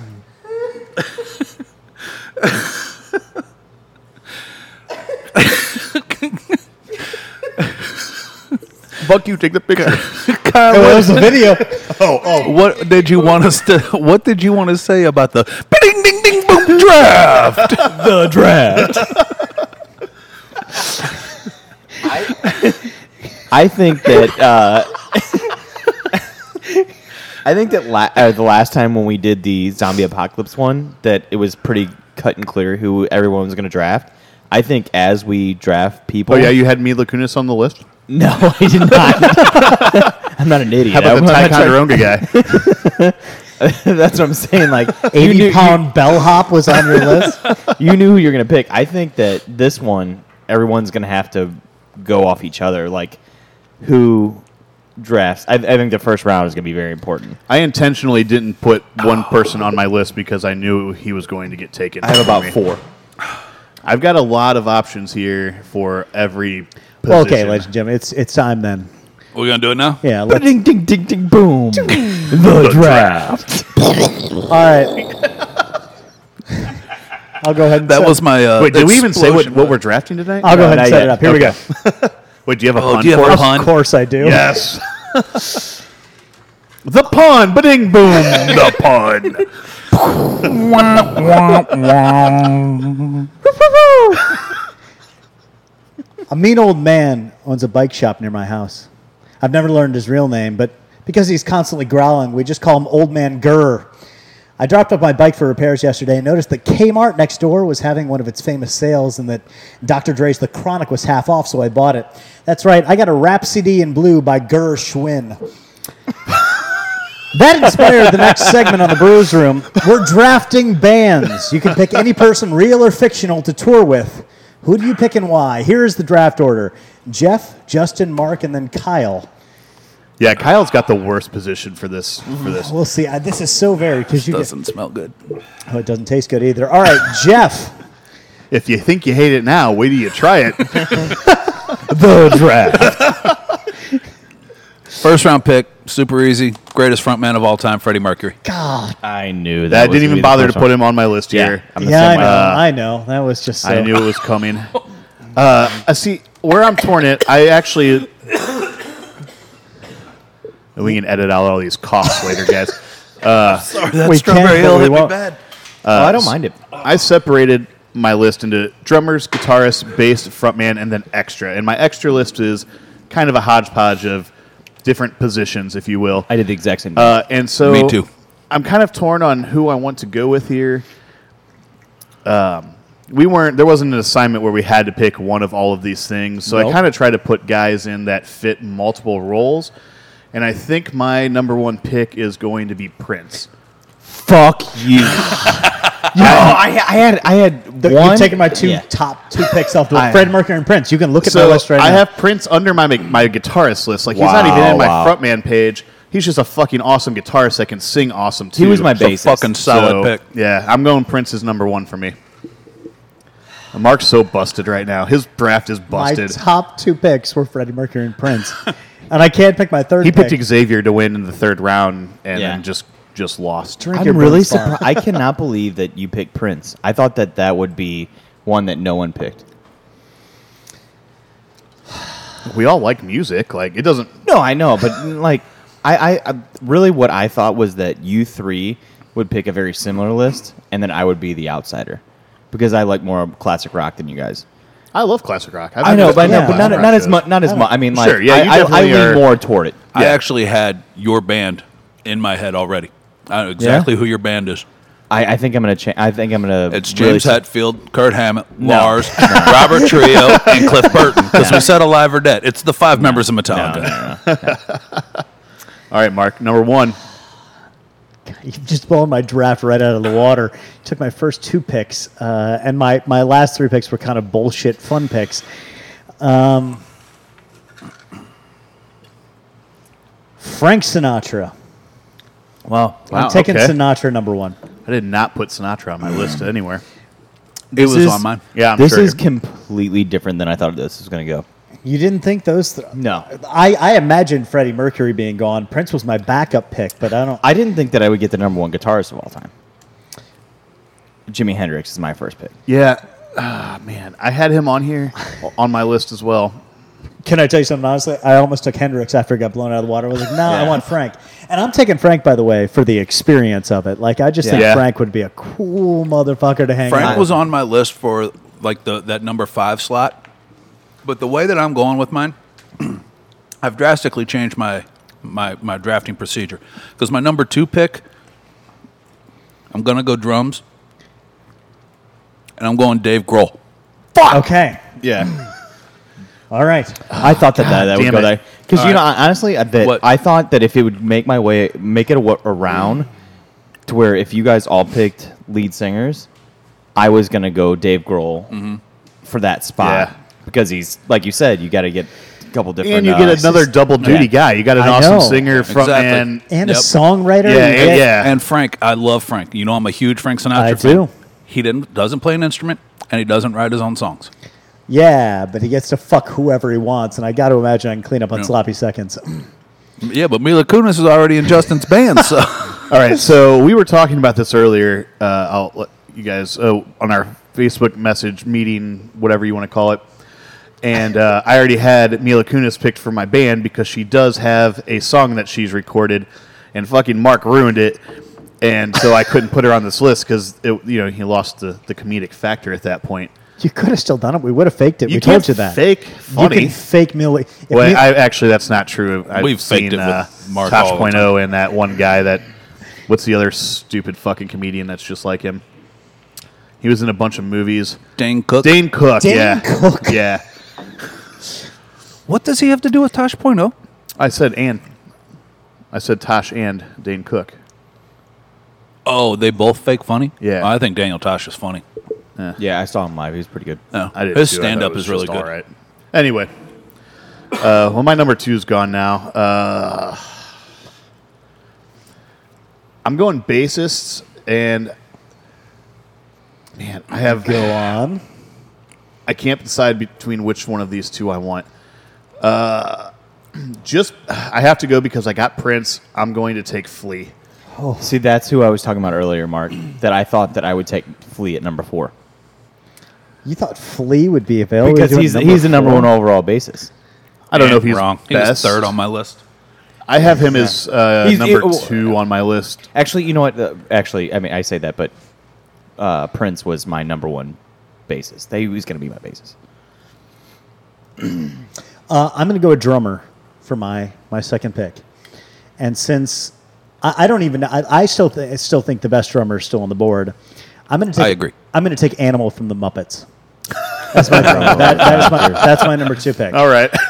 Fuck you. Take the picture. Oh,
Kyle,
That
what,
was the video.
what did you want us to? What did you want to say about the ding ding ding boom draft? the draft.
I think that uh, I think that la- uh, the last time when we did the zombie apocalypse one, that it was pretty cut and clear who everyone was going to draft. I think as we draft people,
Oh yeah, you had Mila Kunis on the list.
no, I did not. I'm not an idiot.
How about
I'm
the
not trying-
Ticonderoga guy?
That's what I'm saying. Like you knew,
Eighty pound bellhop was on your list.
you knew who you're going to pick. I think that this one, everyone's going to have to go off each other. Like who drafts? I, I think the first round is going to be very important.
I intentionally didn't put one person on my list because I knew he was going to get taken.
I have
from
about
me.
four.
I've got a lot of options here for every. Position.
Well, okay, ladies and gentlemen, it's it's time then.
We're gonna do it now.
Yeah. Let's,
Ding ding ding ding boom. the draft.
all right. I'll go ahead and
That
set,
was my. Uh,
Wait, did we even say what,
explosion.
what we're drafting tonight?
I'll go ahead
not
and set it
yet.
up. Here we go.
Wait, do you have a
Oh,
pun?
do you have
for
a
us?
pun?
Of course I do.
Yes. the pun, ba-ding boom, the pun.
A mean old man owns a bike shop near my house. I've never learned his real name, but because he's constantly growling, we just call him Old Man Gurr. I dropped off my bike for repairs yesterday and noticed that Kmart next door was having one of its famous sales and that Dr. Dre's The Chronic was half off, so I bought it. That's right, I got a rap CD in blue by Gurr Schwinn. That inspired the next segment on the Brews Room. We're drafting bands. You can pick any person, real or fictional, to tour with. Who do you pick and why? Here is the draft order Jeff, Justin, Mark, and then Kyle.
Yeah, Kyle's got the worst position for this. For this,
We'll see. I, this is so varied because you get,
Doesn't smell good.
oh, it doesn't taste good either. All right, Jeff.
if you think you hate it now, wait till you try it.
The draft.
First round pick, super easy. Greatest frontman of all time, Freddie Mercury.
God.
I knew that.
I
was
didn't even
gonna be
bother
the
to
first
put
one.
him on my list
Yeah,
here.
I'm the
Yeah, I
same
know.
way.
I know. That was just so.
uh, I knew it was coming. Uh, I see where I'm torn. It. I actually. we can edit out all these coughs later, guys.
That
We
strawberry
can, but
hill
we
hit me
won't.
bad.
Oh, I don't mind it.
I separated my list into drummers, guitarists, bass, frontman, and then extra. And my extra list is kind of a hodgepodge of different positions, if you will.
I did the exact same. thing.
Uh, and so
Me too.
I'm kind of torn on who I want to go with here. Um, we weren't there wasn't an assignment where we had to pick one of all of these things so i
Nope.
kind of tried to put guys in that fit multiple roles and i think my number one pick is going to be prince
Fuck you. no, I, I had I had
The-
one.
You've taken my two
Yeah.
top two picks off the
I-
Fred Mercury and Prince. You can look at my list right
I
now.
have Prince under my my guitarist list. Like he's not
Wow,
even in my
wow.
frontman page. He's just a fucking awesome guitarist that can sing awesome too.
He was my
So
bassist.
fucking solid
So,
pick.
Yeah, I'm going Prince is number one for me. Mark's so busted right now. His draft is
my
busted.
top two picks were Freddie Mercury and Prince, and I can't pick my third.
He
pick.
picked Xavier to win in the third round and
Yeah.
then just just lost.
Drink your
I'm really
Brew's Farm.
surprised. I cannot believe that you picked Prince. I thought that that would be one that no one picked.
We all like music. Like it doesn't.
No, I know, but like, I, I, I really what I thought was that you three would pick a very similar list, and then I would be the outsider because I like more classic rock than you guys.
I love classic rock. I've
I know,
been
but,
to
no,
yeah.
but not,
classic
not
rock
as
shows.
much. Not as much. I mean, like,
Sure, yeah, you
I, I, I
definitely are-
lean more toward it.
I actually had your band in my head already. I know exactly who your band is.
I, I think I'm gonna change. I think I'm gonna.
It's
really
James Hetfield, Kurt Hammett,
No.
Lars, Robert Trio, and Cliff Burton. Because we said alive or dead. It's the five members of Metallica.
All right, Mark, number one.
You've just blown my draft right out of the water. Took my first two picks, uh, and my, my last three picks were kind of bullshit fun picks. Um, Frank Sinatra.
Wow.
I'm taking
okay.
Sinatra number one.
I did not put Sinatra on my list anywhere.
It was
is-
on mine.
Yeah, I'm
this
sure
is
you're-
completely different than I thought this was gonna go.
You didn't think those? Th-
No.
I, I imagined Freddie Mercury being gone. Prince was my backup pick, but I don't.
I didn't think that I would get the number one guitarist of all time. Jimi Hendrix is my first pick.
Yeah. Ah, man, I had him on here on my list as well.
Can I tell you something honestly? I almost took Hendrix after he got blown out of the water. I was like, no, I
Yeah.
want Frank. And I'm taking Frank, by the way, for the experience of it. Like, I just think
Yeah.
Frank would be a cool motherfucker to hang
Frank
out
was on my list for like the that number five slot, but the way that I'm going with mine, I've drastically changed my my my drafting procedure because my number two pick, I'm gonna go drums, and I'm going Dave Grohl.
with. Okay.
Yeah.
All right.
I thought that that, that would
damn
go
it.
there because you know I- honestly I bet
What?
I thought that if it would make my way make it a, wa- around to where if you guys all picked lead singers, I was gonna go Dave Grohl for that spot
Mm-hmm. Yeah.
because he's like you said you got to get a couple different
and you
uh,
get another
assist-
double duty
Yeah.
guy. You got an
I
awesome
know.
singer,
Exactly.
frontman.
And a
Yep.
songwriter.
Yeah, and, yeah.
And Frank, I love Frank. You know I'm a huge Frank Sinatra
I
fan.
do.
He didn't doesn't play an instrument and he doesn't write his own songs.
Yeah, but he gets to fuck whoever he wants. And I got to imagine I can clean up on
Yeah.
sloppy seconds.
Yeah, but Mila Kunis is already in Justin's band, so
All right, so we were talking about this earlier. Uh, I'll let you guys uh, on our Facebook message meeting, whatever you want to call it. And uh, I already had Mila Kunis picked for my band because she does have a song that she's recorded, and fucking Mark ruined it, and so I couldn't put her on this list because you know he lost the, the comedic factor at that point.
You could have still done it. We would have faked it.
You
we
can't
told you that.
fake funny.
You can fake Millie. if
Well,
Mil-
I, actually, that's not true. I've
We've faked
seen
it with
uh,
Mark all the
Tosh.0 oh and that one guy that. What's the other stupid fucking comedian that's just like him? He was in a bunch of movies.
Dane Cook.
Dane Cook.
Dane
yeah.
Cook.
Yeah.
What does he have to do with Tosh Point oh?
I said and. I said Tosh and Dane Cook.
Oh, they both fake funny.
Yeah.
I think Daniel Tosh is funny.
Yeah, I saw him live. He was pretty good.
No,
I did
his
too. I thought
stand
it
up
was
is really
just
good.
All right. Anyway. Uh, well, my number two's gone now. Uh, I'm going bassists, and man, I have
Go on.
I can't decide between which one of these two I want. Uh, just I have to go because I got Prince. I'm going to take Flea.
Oh. See, that's who I was talking about earlier, Mark. That I thought that I would take Flea at number four
You thought Flea would be available.
because
doing
he's he's the number
four?
one overall basis.
I don't know if he's
wrong. He was
Best.
third on my e- list.
I have him as uh,
He's-
number
oh,
it-
two on my list.
Actually, you know what? Uh, actually, I mean, I say that, but uh, Prince was my number one basis. They, he was going to be my basis.
Uh, I'm going to go a drummer for my my second pick. And since I, I don't even, I, I still th- I still think the best drummer is still on the board. I'm going to take.
I agree.
I'm going to take Animal from the Muppets. That's my, that, that is my that's my number two pick.
All right.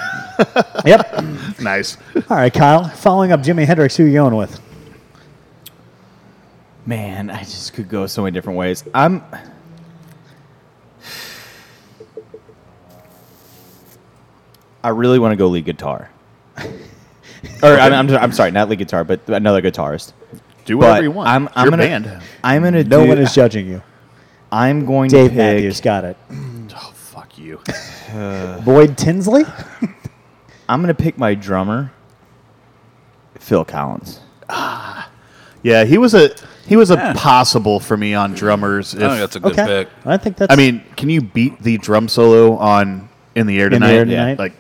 Yep.
nice.
All right, Kyle. Following up Jimi Hendrix, who you going with?
Man, I just could go so many different ways. I'm. I really want to go lead guitar. or I'm, I'm, I'm sorry, not lead guitar, but another guitarist.
Do
But
whatever you want.
I'm, I'm
Your
gonna,
band.
I'm gonna.
No
do,
one is judging you.
I'm going
Dave
to pick.
Matthews got it.
Oh, fuck you.
Boyd Tinsley.
I'm gonna pick my drummer, Phil Collins.
Yeah, he was a he was a possible for me on drummers. If,
I think that's a good
Okay.
pick.
I think that's.
I mean, can you beat the drum solo on "In the Air
the
Tonight"?
Air Tonight?
Like,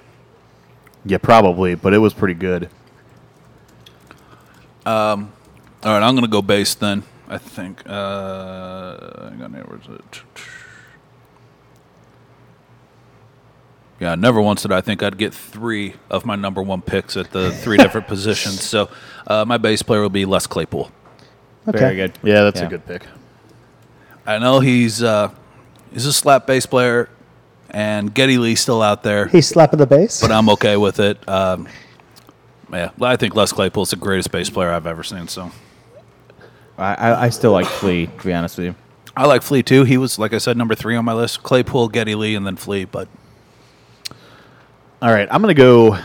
yeah, probably, but it was pretty good.
All right, I'm going to go bass then. I think. Uh, hang on here. Where's it? Yeah, never once did I think I'd get three of my number one picks at the three different positions. So uh, my bass player will be Les Claypool.
okay.
Very good.
Yeah, that's
Yeah.
a good pick.
I know he's uh, he's a slap bass player, and Getty Lee's still out there,
He's slapping the bass.
but I'm okay with it. Um, yeah, I think Les Claypool's the greatest bass player I've ever seen. So
I, I, I still like Flea. To be honest with you,
I like Flea too. He was, like I said, number three on my list. Claypool, Getty Lee, and then Flea. But
All right, I'm gonna go. I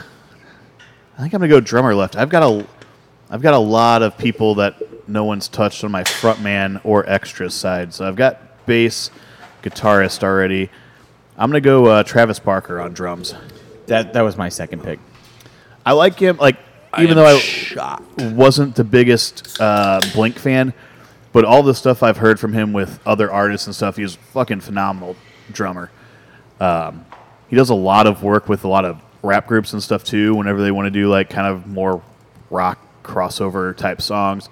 think I'm gonna go drummer left. I've got a, I've got a lot of people that no one's touched on my frontman or extras side. So I've got bass, guitarist already. I'm gonna go uh, Travis Barker on drums.
that that was my second pick.
I like him. Like even
am
though I
shocked.
wasn't the biggest uh, Blink fan, but all the stuff I've heard from him with other artists and stuff, he's a fucking phenomenal drummer. Um, he does a lot of work with a lot of rap groups and stuff too. Whenever they want to do like kind of more rock crossover type songs,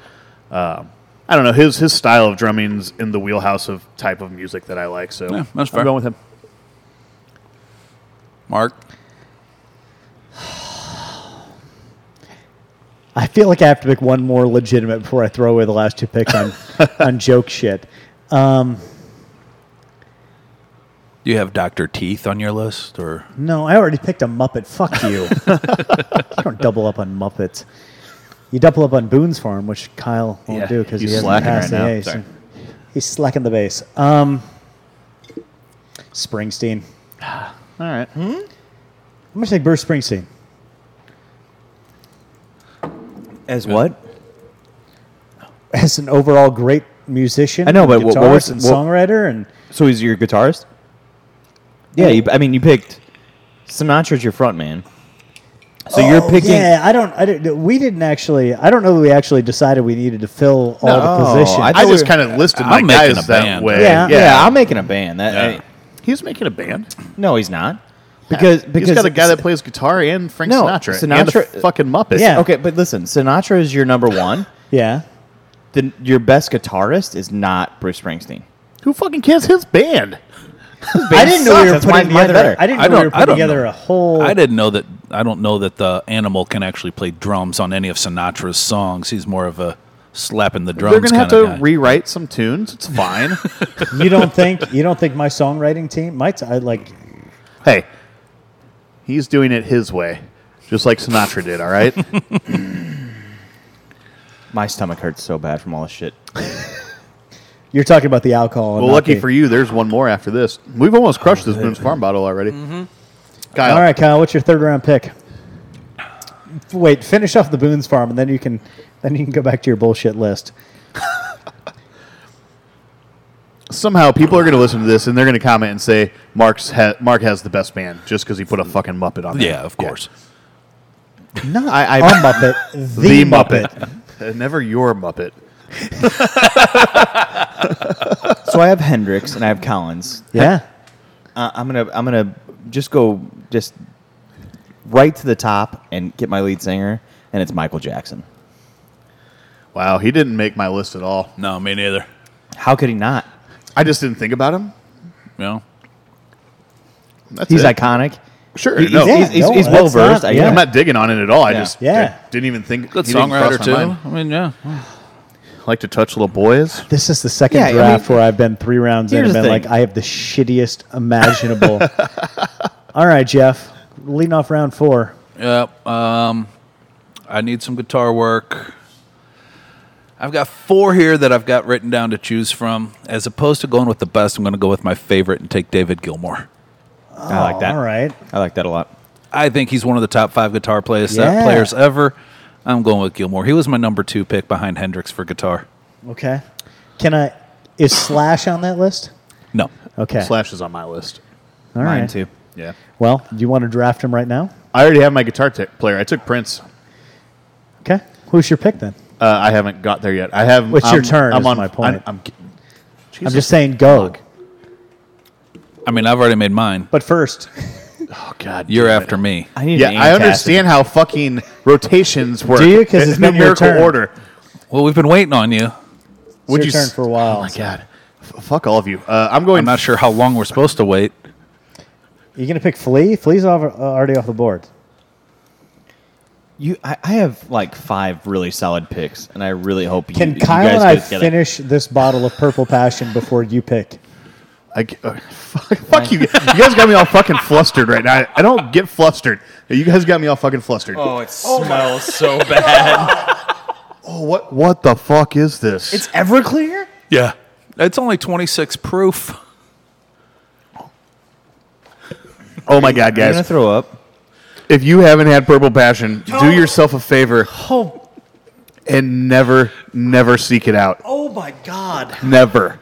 um, I don't know his his style of drumming's in the wheelhouse of type of music that I like. So
Yeah, that's fair.
I'm going with him.
Mark,
I feel like I have to pick one more legitimate before I throw away the last two picks on on joke shit.
do you have Doctor Teeth on your list, or
No, I already picked a Muppet. Fuck you. you don't double up on Muppets. You double up on Boone's Farm, which Kyle won't
Yeah,
do because he
he's
hasn't
slacking
passed
right now.
the A. so
Sorry.
He's slacking the base. Um, Springsteen.
All right,
I'm going to take Bruce Springsteen.
As what?
as an overall great musician.
I know, but
guitarist
what- what was-
and
what-
songwriter and
So he's your guitarist? Yeah, you, I mean, you picked Sinatra's your front man. So you're picking.
Oh, yeah, I don't, I don't. We didn't actually. I don't know that we actually decided we needed to fill all the
No,
positions.
I
I
thought
just
we were-
kind of listed my
I'm making
guys
a
that
band.
way.
Yeah.
yeah, I'm making a band. That
Yeah.
I-
he's making a band.
no, he's not. Because because
he's got a guy that plays guitar and Frank
No,
Sinatra, and
Sinatra-
the fucking Muppets.
Yeah.
Okay, but listen, Sinatra is your number one.
yeah,
then your best guitarist is not Bruce Springsteen.
who fucking cares his band?
I didn't know
sucks.
we were
That's why
putting
mine's
together.
better.
I didn't know
I
we were
don't- I
putting
don't
together
know.
a whole.
I didn't know that. I don't know that the animal can actually play drums on any of Sinatra's songs. He's more of a slapping the drums.
They're gonna have
kinda
to
guy.
rewrite some tunes. It's fine.
you don't think you don't think my songwriting team might I like
hey, he's doing it his way, just like Sinatra did. All right.
My stomach hurts so bad from all this shit.
you're talking about the alcohol. and
well,
not
lucky
the-
for you, there's one more after this. We've almost crushed this Moon's Farm bottle already. Kyle,
All right, Kyle, what's your third round pick? F- Wait, finish off the Boone's Farm, and then you can then you can go back to your bullshit list.
somehow people are gonna listen to this and they're gonna comment and say Mark's ha- Mark has the best band just because he put a fucking Muppet on. there.
Yeah, of course.
No, I,
A
I
Muppet, the,
The
Muppet.
Muppet. Never your Muppet.
so I have Hendrix and I have Collins.
Yeah,
Uh, I'm gonna I'm gonna just go just right to the top and get my lead singer, and it's Michael Jackson.
Wow, he didn't make my list at all.
No, me neither.
How could he not?
I just didn't think about him.
You know,
That's
He's
it.
iconic.
Sure,
He- he's
no.
he's,
Yeah,
he's-
no,
he's
that's
well versed.
not-
I
yeah.
get
I'm
it.
not digging on it at all. I
Yeah.
just
Yeah.
I didn't even think
good
he didn't cross
songwriter
my
too.
mind.
I mean, yeah.
Like to touch little boys?
This is the second
Yeah, I
draft
mean-
where I've been three rounds in
Here's
and
the
been like,
thing.
I have the shittiest imaginable. All right, Jeff, leading off round four.
Yep. Um, I need some guitar work. I've got four here that I've got written down to choose from. As opposed to going with the best, I'm going to go with my favorite and take David Gilmour.
I like that.
Oh, All right.
I like that a lot.
I think he's one of the top five guitar players uh,
Yeah.
players ever. I'm going with Gilmour. He was my number two pick behind Hendrix for guitar.
Okay. Can I? Is Slash on that list?
No,
Okay.
Slash is on my list.
All
Mine
right.
too.
Yeah.
Well, do you want to draft him right now?
I already have my guitar tech player. I took Prince.
Okay. Who's your pick then?
Uh, I haven't got there yet. I have.
It's
I'm-
your turn
I'm
is
on
my point.
I'm, I'm-
I'm just saying go.
I mean I've already made mine.
But first,
oh God,
You're
damn it.
after me.
I need.
Yeah,
an
I
Ancaster.
understand how fucking rotations work.
Do you? 'Cause it's
in
been your
numerical
turn.
order.
Well, we've been waiting on you.
it's your
you
turn
s-
for a while.
Oh my God, F- fuck all of you. Uh, I'm going.
I'm not sure how long we're supposed to wait.
You gonna pick Flea? Flea's off, uh, already off the board.
You, I, I have like five really solid picks, and I really hope you
Can
you
Kyle
guys
and I
get together.
finish this bottle of Purple Passion before you pick?
I g- uh, fuck, fuck you. You guys got me all fucking flustered right now. I, I don't get flustered. You guys got me all fucking flustered. Oh,
it smells so bad.
Oh, what what the fuck is this?
it's Everclear.
Yeah, it's only 26 proof.
oh my god,
I'm gonna
guys!
throw up.
If you haven't had Purple Passion, do yourself a favor
Oh,
and never, never seek it out.
oh my God.
Never.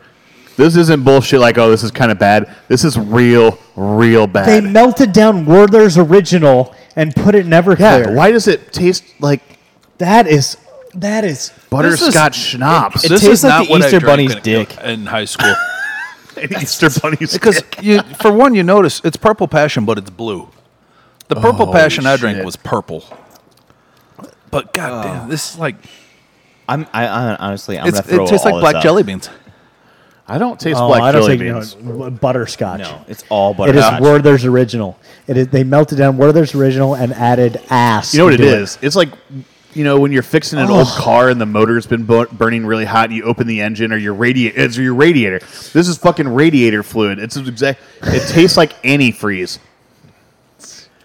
This isn't bullshit. Like, oh, this is kind of bad. This is real, real bad.
They melted down Werther's original and put it in Everclear.
yeah. Why does it taste like
That is that is
butterscotch schnapps?
it- tastes like the
what I
Easter
drank
Bunny's
in-
dick.
in high school.
An Easter bunny's
Because you, for one, you notice it's purple passion, but it's blue. The purple
Oh,
passion I drank
shit.
was purple. But goddamn, this is like
I'm. I, I honestly, I'm
it's,
gonna throw
it tastes
all
like
this
black
up.
jelly beans.
I don't taste
oh,
black
I don't
jelly
think
beans.
you know, butterscotch.
No, it's all
It is
butterscotch.
Werther's original. It is they melted down Werther's original and added ass.
You know what it
into
is? It's like you know when you're fixing an old car and the motor's been bu- burning really hot. and You open the engine or your radiator. It's your radiator. This is fucking radiator fluid. It's exact. It tastes like antifreeze.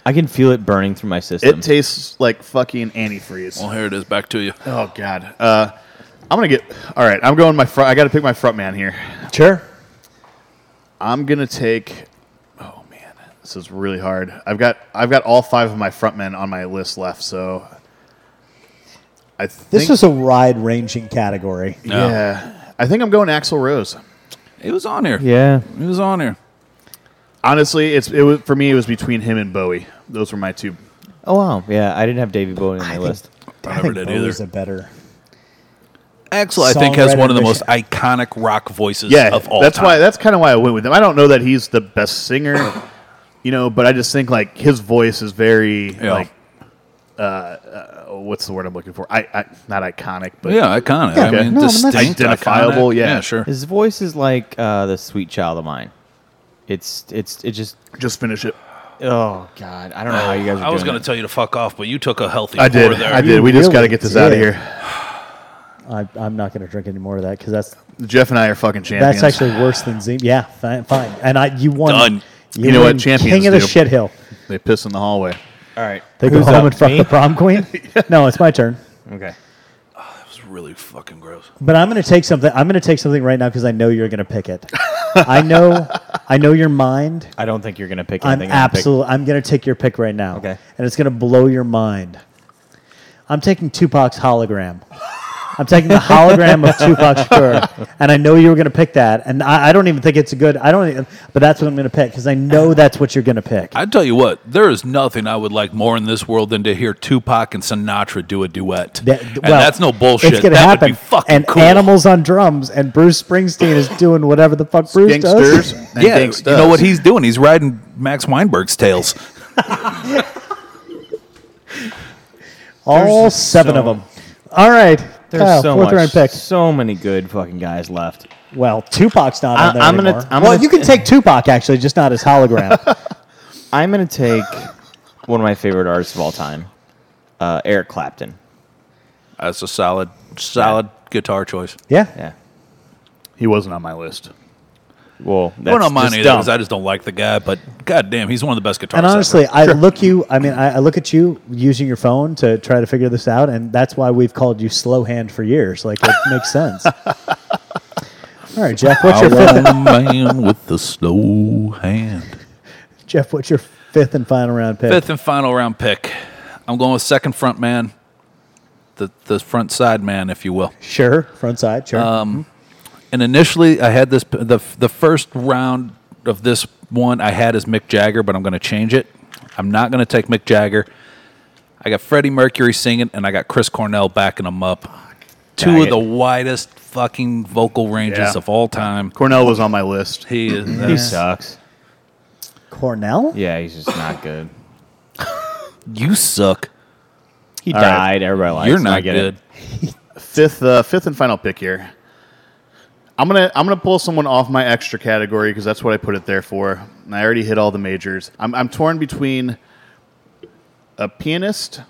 I can feel it burning through my system.
It tastes like fucking antifreeze.
Well, here it is, back to you.
Oh God. Uh, I'm gonna get. All right. I'm going my front. I got to pick my front man here.
Sure.
I'm gonna take. Oh man, this is really hard. I've got. I've got all five of my front men on my list left. So. I think,
This is a wide ranging category.
No.
yeah. I think I'm going Axl Rose.
It was on here.
yeah.
it was on here.
Honestly, it's it was for me. It was between him and Bowie. Those were my two.
Oh wow. Yeah, I didn't have David Bowie on my list.
I
never
think
did
Bowie's
either.
a better.
Axel, I think, has
Songwriter
one of the most
mission.
iconic rock voices
Yeah,
of all
that's
time.
why. That's kind of why I went with him. I don't know that he's the best singer, you know, but I just think like his voice is very
Yeah.
like. Uh, uh, what's the word I'm looking for? I, I not iconic, but
yeah, iconic. I
Okay.
mean,
No, but that's-
distinct,
Identifiable,
iconic.
yeah.
sure.
His voice is like uh, the sweet child of mine. It's it's it just
just finish it.
oh god I don't know how you guys. Are
I was
doing
going
it.
to tell you to fuck off, but you took a healthy.
I
pour
did.
There.
I did. We just
really
got to get this out of
did.
here.
I, I'm not going to drink any more of that because that's
Jeff and I are fucking champions.
that's actually worse than Zim. Yeah, fine, fine. And I, you won.
Done.
You know what
won
champions
King of the
do.
shithill.
they piss in the hallway.
All right.
They go
Who's
home
up?
and fuck
Me?
the prom queen. No, it's my turn.
Okay.
That was really fucking gross.
But I'm going to take something. I'm going to take something right now because I know you're going to pick it. I know. I know your mind.
I don't think you're gonna pick
I'm
anything. gonna pick-
absolutely. I'm going to take your pick right now.
Okay.
And it's going to blow your mind. I'm taking Tupac's hologram. I'm taking the hologram of Tupac Shakur, and I know you were going to pick that. And I, I don't even think it's a good. I don't. Even, but that's what I'm going to pick because I know that's what you're going to pick.
I tell you what, there is nothing I would like more in this world than to hear Tupac and Sinatra do a duet.
That-
and
well,
that's no bullshit.
It's gonna
that
happen.
would be fucking
and
cool.
animals on drums, and Bruce Springsteen is doing whatever the fuck Bruce does.
Gangsters. and
Yeah,
gangsters.
you know what he's doing? He's riding Max Weinberg's tails.
All seven of
so-
them. All right,
There's
Kyle,
so
Oh, fourth
much,
round pick.
so many good fucking guys left.
Well, Tupac's not
I-
on there
I'm gonna-
anymore.
I'm
well,
gonna-
you can take Tupac actually, just not his hologram.
I'm gonna take one of my favorite artists of all time, uh, Eric Clapton.
That's a solid, solid guitar choice.
Yeah.
Yeah.
He wasn't on my list.
Well, that's
Well, not mine
just
either
dumb.
because I just don't like the guy. But goddamn, he's one of the best guitarists.
And honestly,
ever.
I look you. I mean, I, I look at you using your phone to try to figure this out, and that's why we've called you slow hand for years. Like it makes sense. All right, Jeff. What's your fifth,
Our man with the slow hand.
Jeff? What's your fifth and final round pick?
Fifth and final round pick. I'm going with second front man, the the front side man, if you will.
Sure, front side. Sure.
Um,
And initially, I had this the the first round of this one I had is Mick Jagger, but I'm going to change it. I'm not going to take Mick Jagger. I got Freddie Mercury singing, and I got Chris Cornell backing him up. Two
Dang
of
it.
the widest fucking vocal ranges
Yeah.
of all time.
Cornell was on my list.
He is.
He
that's-
sucks.
Cornell.
Yeah, he's just not good.
you suck.
He
All right.
died. Everybody likes
You're
him. I
not
get
good.
It.
Fifth, uh, fifth and final pick here. I'm gonna I'm gonna pull someone off my extra category because that's what I put it there for. And I already hit all the majors. I'm I'm torn between a pianist,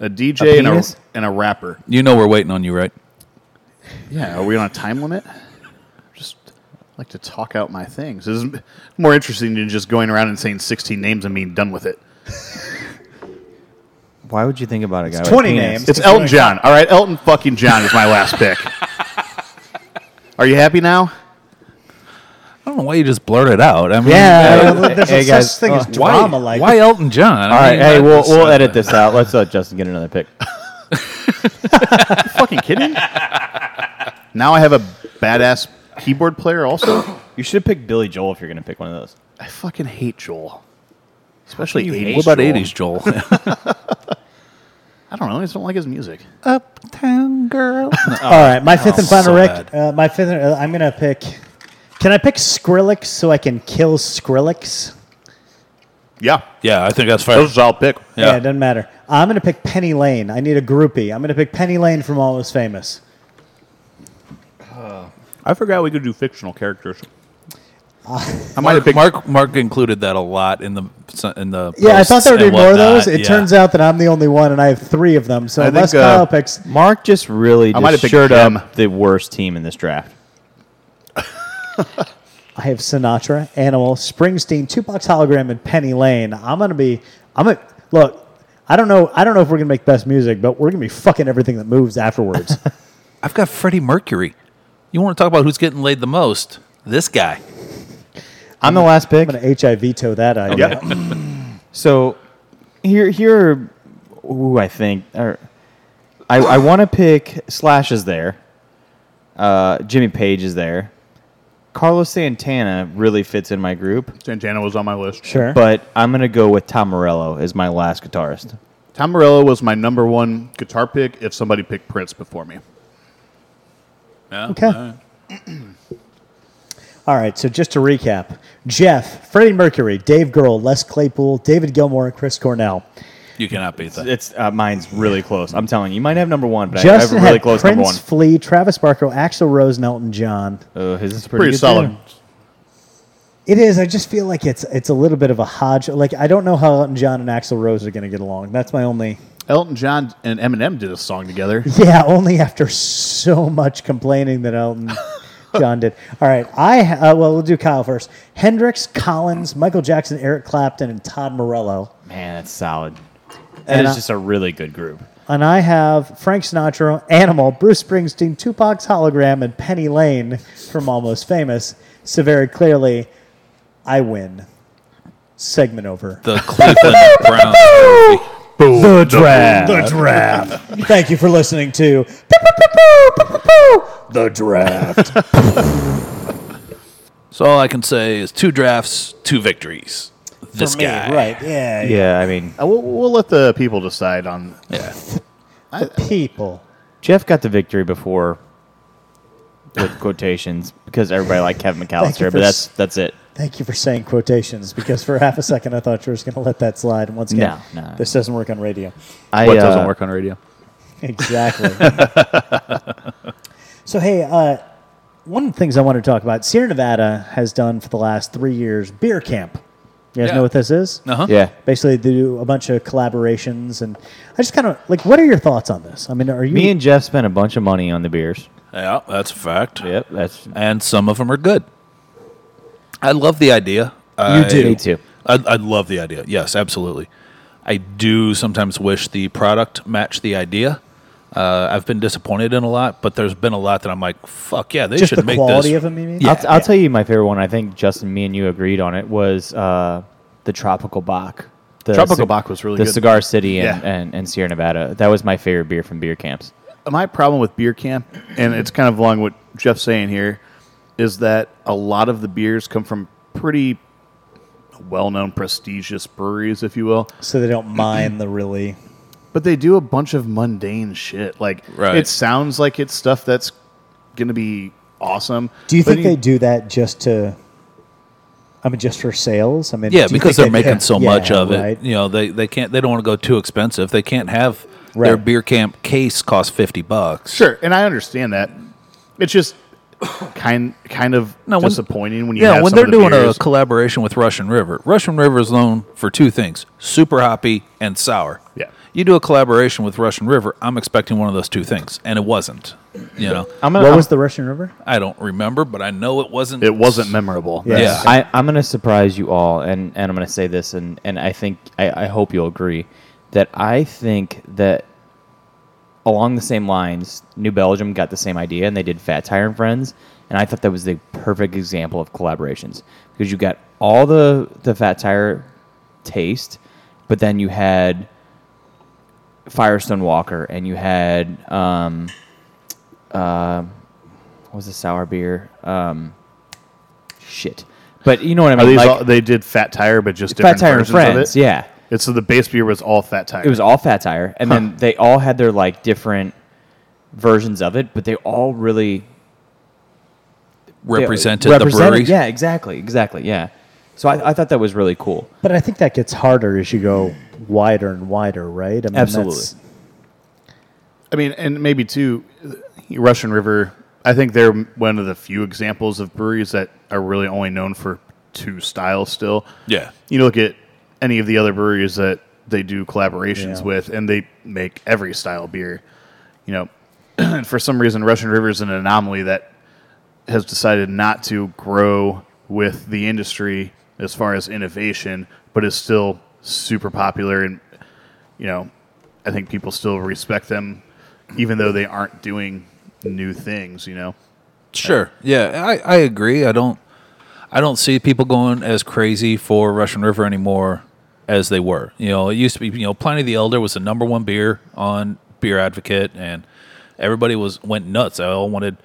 a DJ,
A
and, a,
penis?
and a rapper.
You know we're waiting on you, right?
Yeah, are we on a time limit? Just like to talk out my things. This is more interesting than just going around and saying 16 names and being done with it.
Why would you think about a guy? with
20
a penis?
names.
It's Elton John. All right, Elton fucking John is my last pick. Are you happy now?
I don't know why you just blurted out. I mean,
Yeah,
Hey,
I don't- there's
hey,
a
guys,
such thing as
uh,
why,
drama. Like
why Elton John?
All right, hey, we'll, we'll edit this out. Let's let Justin get another pick.
fucking kidding? now I have a badass keyboard player also.
You should pick Billy Joel if you're going to pick one of those.
I fucking hate Joel. Especially 80s.
What about
Joel.
80s, Joel?
I don't know. I just don't like his music.
Uptown Girl.
All right, my
Oh,
fifth and final
so
rec- uh, my fifth. Uh, I'm gonna pick. Can I pick Skrillex so I can kill Skrillex?
Yeah.
Yeah, I think that's fair.
That was a solid pick.
Yeah, it
yeah.
doesn't matter. I'm gonna pick Penny Lane. I need a groupie. I'm gonna pick Penny Lane from Almost Famous.
I forgot we could do fictional characters. I might
Mark,
have picked
Mark Mark included that a lot in the in the
Yeah, I thought
posts
they would
and
ignore
whatnot.
those. It
Yeah.
turns out that I'm the only one, and I have three of them. So
I
unless
think, uh,
Kyle picks,
Mark just really
might have
just
picked
shirt
him.
up the worst team in this draft.
I have Sinatra, Animal, Springsteen, Tupac's hologram, and Penny Lane. I'm gonna be. I'm gonna look. I don't know. I don't know if we're gonna make best music, but we're gonna be fucking everything that moves afterwards.
I've got Freddie Mercury. You want to talk about who's getting laid the most? This guy.
I'm the last pick. Mm.
I'm gonna HIV toe that idea.
Yeah.
So here, here, are who I think are. I, I want to pick Slash is there. Uh, Jimmy Page is there. Carlos Santana really fits in my group,
Santana was on my list.
Sure.
but I'm gonna go with Tom Morello as my last guitarist.
Tom Morello was my number one guitar pick if somebody picked Prince before me.
okay. All right. So just to recap: Jeff, Freddie Mercury, Dave Grohl, Les Claypool, David Gilmour, and Chris Cornell.
You cannot beat that.
It's uh, mine's really close. I'm telling you, you might have number one, but I have a
Justin
really
had
close number one.
Prince, Flea, Travis Barker, Axl Rose, and Elton John.
Uh, his is pretty,
Pretty
good
solid.
too.
It is. I just feel like it's it's a little bit of a hodge. Like I don't know how Elton John and Axl Rose are going to get along. That's my only.
Elton John and Eminem did a song together.
Yeah, only after so much complaining that Elton John did. All right, I ha- uh, well we'll do Kyle first. Hendrix, Collins, Michael Jackson, Eric Clapton, and Todd Morello.
Man, that's solid. That
And
is
I-
just a really good group.
And I have Frank Sinatra, Animal, Bruce Springsteen, Tupac's hologram, and Penny Lane from Almost Famous. So very clearly, I win. Segment over.
The Cleveland Browns.
The draft. The draft. Thank you for listening to The Draft.
So all I can say is two drafts, two victories. This
For me,
guy.
Right. Yeah. yeah.
Yeah, I mean,
Uh, We'll, we'll let the people decide on.
Yeah.
People.
Jeff got the victory before with quotations because everybody liked Kevin
you
McAllister,
for
but that's
s-
that's it.
Thank you for saying quotations because for half a second I thought you were just going to let that slide. And once again,
No, no.
this doesn't work on radio.
I,
What
uh,
doesn't work on radio?
Exactly. so hey, uh, one of the things I want to talk about, Sierra Nevada has done for the last three years beer camp. You guys
Yeah.
know what this is?
Uh-huh.
Yeah.
Basically, they do a bunch of collaborations, and I just kind of like. What are your thoughts on this? I mean, are you?
Me and Jeff spent a bunch of money on the beers.
Yeah, that's a fact.
Yep, that's
And some of them are good. I love the idea. You
do. Me too.
I, I love the idea. Yes, absolutely. I do sometimes wish the product matched the idea. Uh, I've been disappointed in a lot, but there's been a lot that I'm like, fuck yeah, they
Just
should
the
make
quality
this.
of them, you mean?
Yeah.
I'll, t- I'll tell you my favorite one. I think Justin, me and you agreed on it was uh, the Tropical Bach. The
Tropical Bach was really
the
good.
Cigar City and,
Yeah.
and, and Sierra Nevada. That was my favorite beer from beer camps.
my problem with beer camp, and it's kind of along what Jeff's saying here, is that a lot of the beers come from pretty well-known, prestigious breweries, if you will.
So they don't mind the really.
But they do a bunch of mundane shit. Like
Right.
it sounds like it's stuff that's going to be awesome.
Do you
but
think they do that just to? I mean, just for sales. I mean,
Yeah,
do you
because they're
think they-
making so
Yeah,
much of
right.
it. You know, they, they can't they don't want to go too expensive. They can't have their
Right.
beer camp case cost fifty bucks.
Sure, and I understand that. It's just kind kind of
No, when-
disappointing when you
Yeah,
have
when
some
they're
of the
doing
beers.
a collaboration with Russian River, Russian River is known for two things: super hoppy and sour.
Yeah.
You do a collaboration with Russian River, I'm expecting one of those two things, and it wasn't. You know,
I'm gonna,
What was the Russian River?
I don't remember, but I know it wasn't.
it wasn't memorable.
Yeah.
Yeah.
I, I'm going to surprise you all, and, and I'm going to say this, and, and I think I, I hope you'll agree that I think that along the same lines, New Belgium got the same idea, and they did Fat Tire and Friends, and I thought that was the perfect example of collaborations because you got all the the Fat Tire taste, but then you had Firestone Walker, and you had um, uh, what was the sour beer? Um, shit. But you know what I
Are
mean?
these
like,
all, they did Fat Tire, but just
Fat
different
Tire and
versions
Friends,
of it.
yeah.
And so the base beer was all Fat Tire.
It was all Fat Tire, and then they all had their like different versions of it, but they all really they-
represented the
represented-
brewery.
Yeah, exactly, exactly, yeah. So I, I thought that was really cool.
But I think that gets harder as you go wider and wider, right? I mean, that's-
Absolutely.
I mean, and maybe too, Russian River. I think they're one of the few examples of breweries that are really only known for two styles. Still,
Yeah.
you look at any of the other breweries that they do collaborations
Yeah.
with, and they make every style beer. You know, and for some reason, Russian River is an anomaly that has decided not to grow with the industry as far as innovation, but is still super popular. And, you know, I think people still respect them, even though they aren't doing new things, you know?
Sure. Yeah, I, I agree. I don't I don't see people going as crazy for Russian River anymore as they were. You know, it used to be, you know, Pliny the Elder was the number one beer on Beer Advocate and everybody was went nuts. I all wanted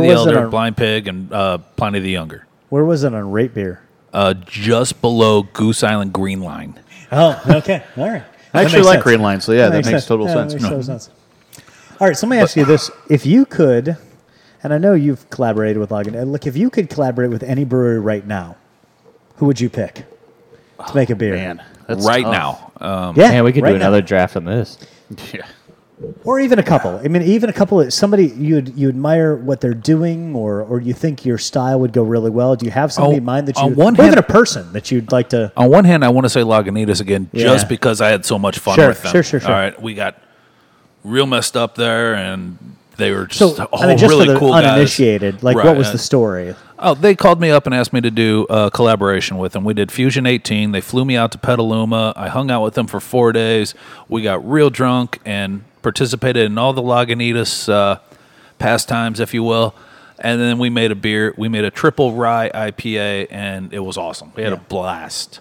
Where
the
was it
Elder,
on-
Blind Pig and uh, Pliny the Younger.
Where was it on rate beer?
Uh, just below Goose Island Green Line.
Oh, okay, all right. That
I actually
makes
like
sense.
Green Line, so yeah, that, makes, total
Yeah, that
sense.
makes total sense. All right, so let me ask you this: If you could, and I know you've collaborated with Logan, and look, if you could collaborate with any brewery right now, who would you pick to make a beer?
Man,
right now.
tough.
Um,
Yeah,
Man, we could
right
do
now.
another draft on this.
Yeah.
or even a couple. I mean, even a couple of somebody you you admire what they're doing, or or you think your style would go really well. Do you have somebody
On-
in mind that you,
Oh, on one
or
hand-
even a person that you'd like to?
on one hand, I want to say Lagunitas again,
Yeah.
just because I had so much fun
Sure,
with them.
sure, sure, sure.
All right, we got real messed up there, and they were
So
just all
I mean, just
oh, really
for the
cool
uninitiated,
guys.
like
Right,
what was
uh,
the story?
Oh, they called me up and asked me to do a collaboration with them. We did Fusion 18. They flew me out to Petaluma. I hung out with them for four days. We got real drunk and participated in all the Lagunitas uh, pastimes, if you will. And then we made a beer. We made a triple rye IPA, and it was awesome. We had a blast.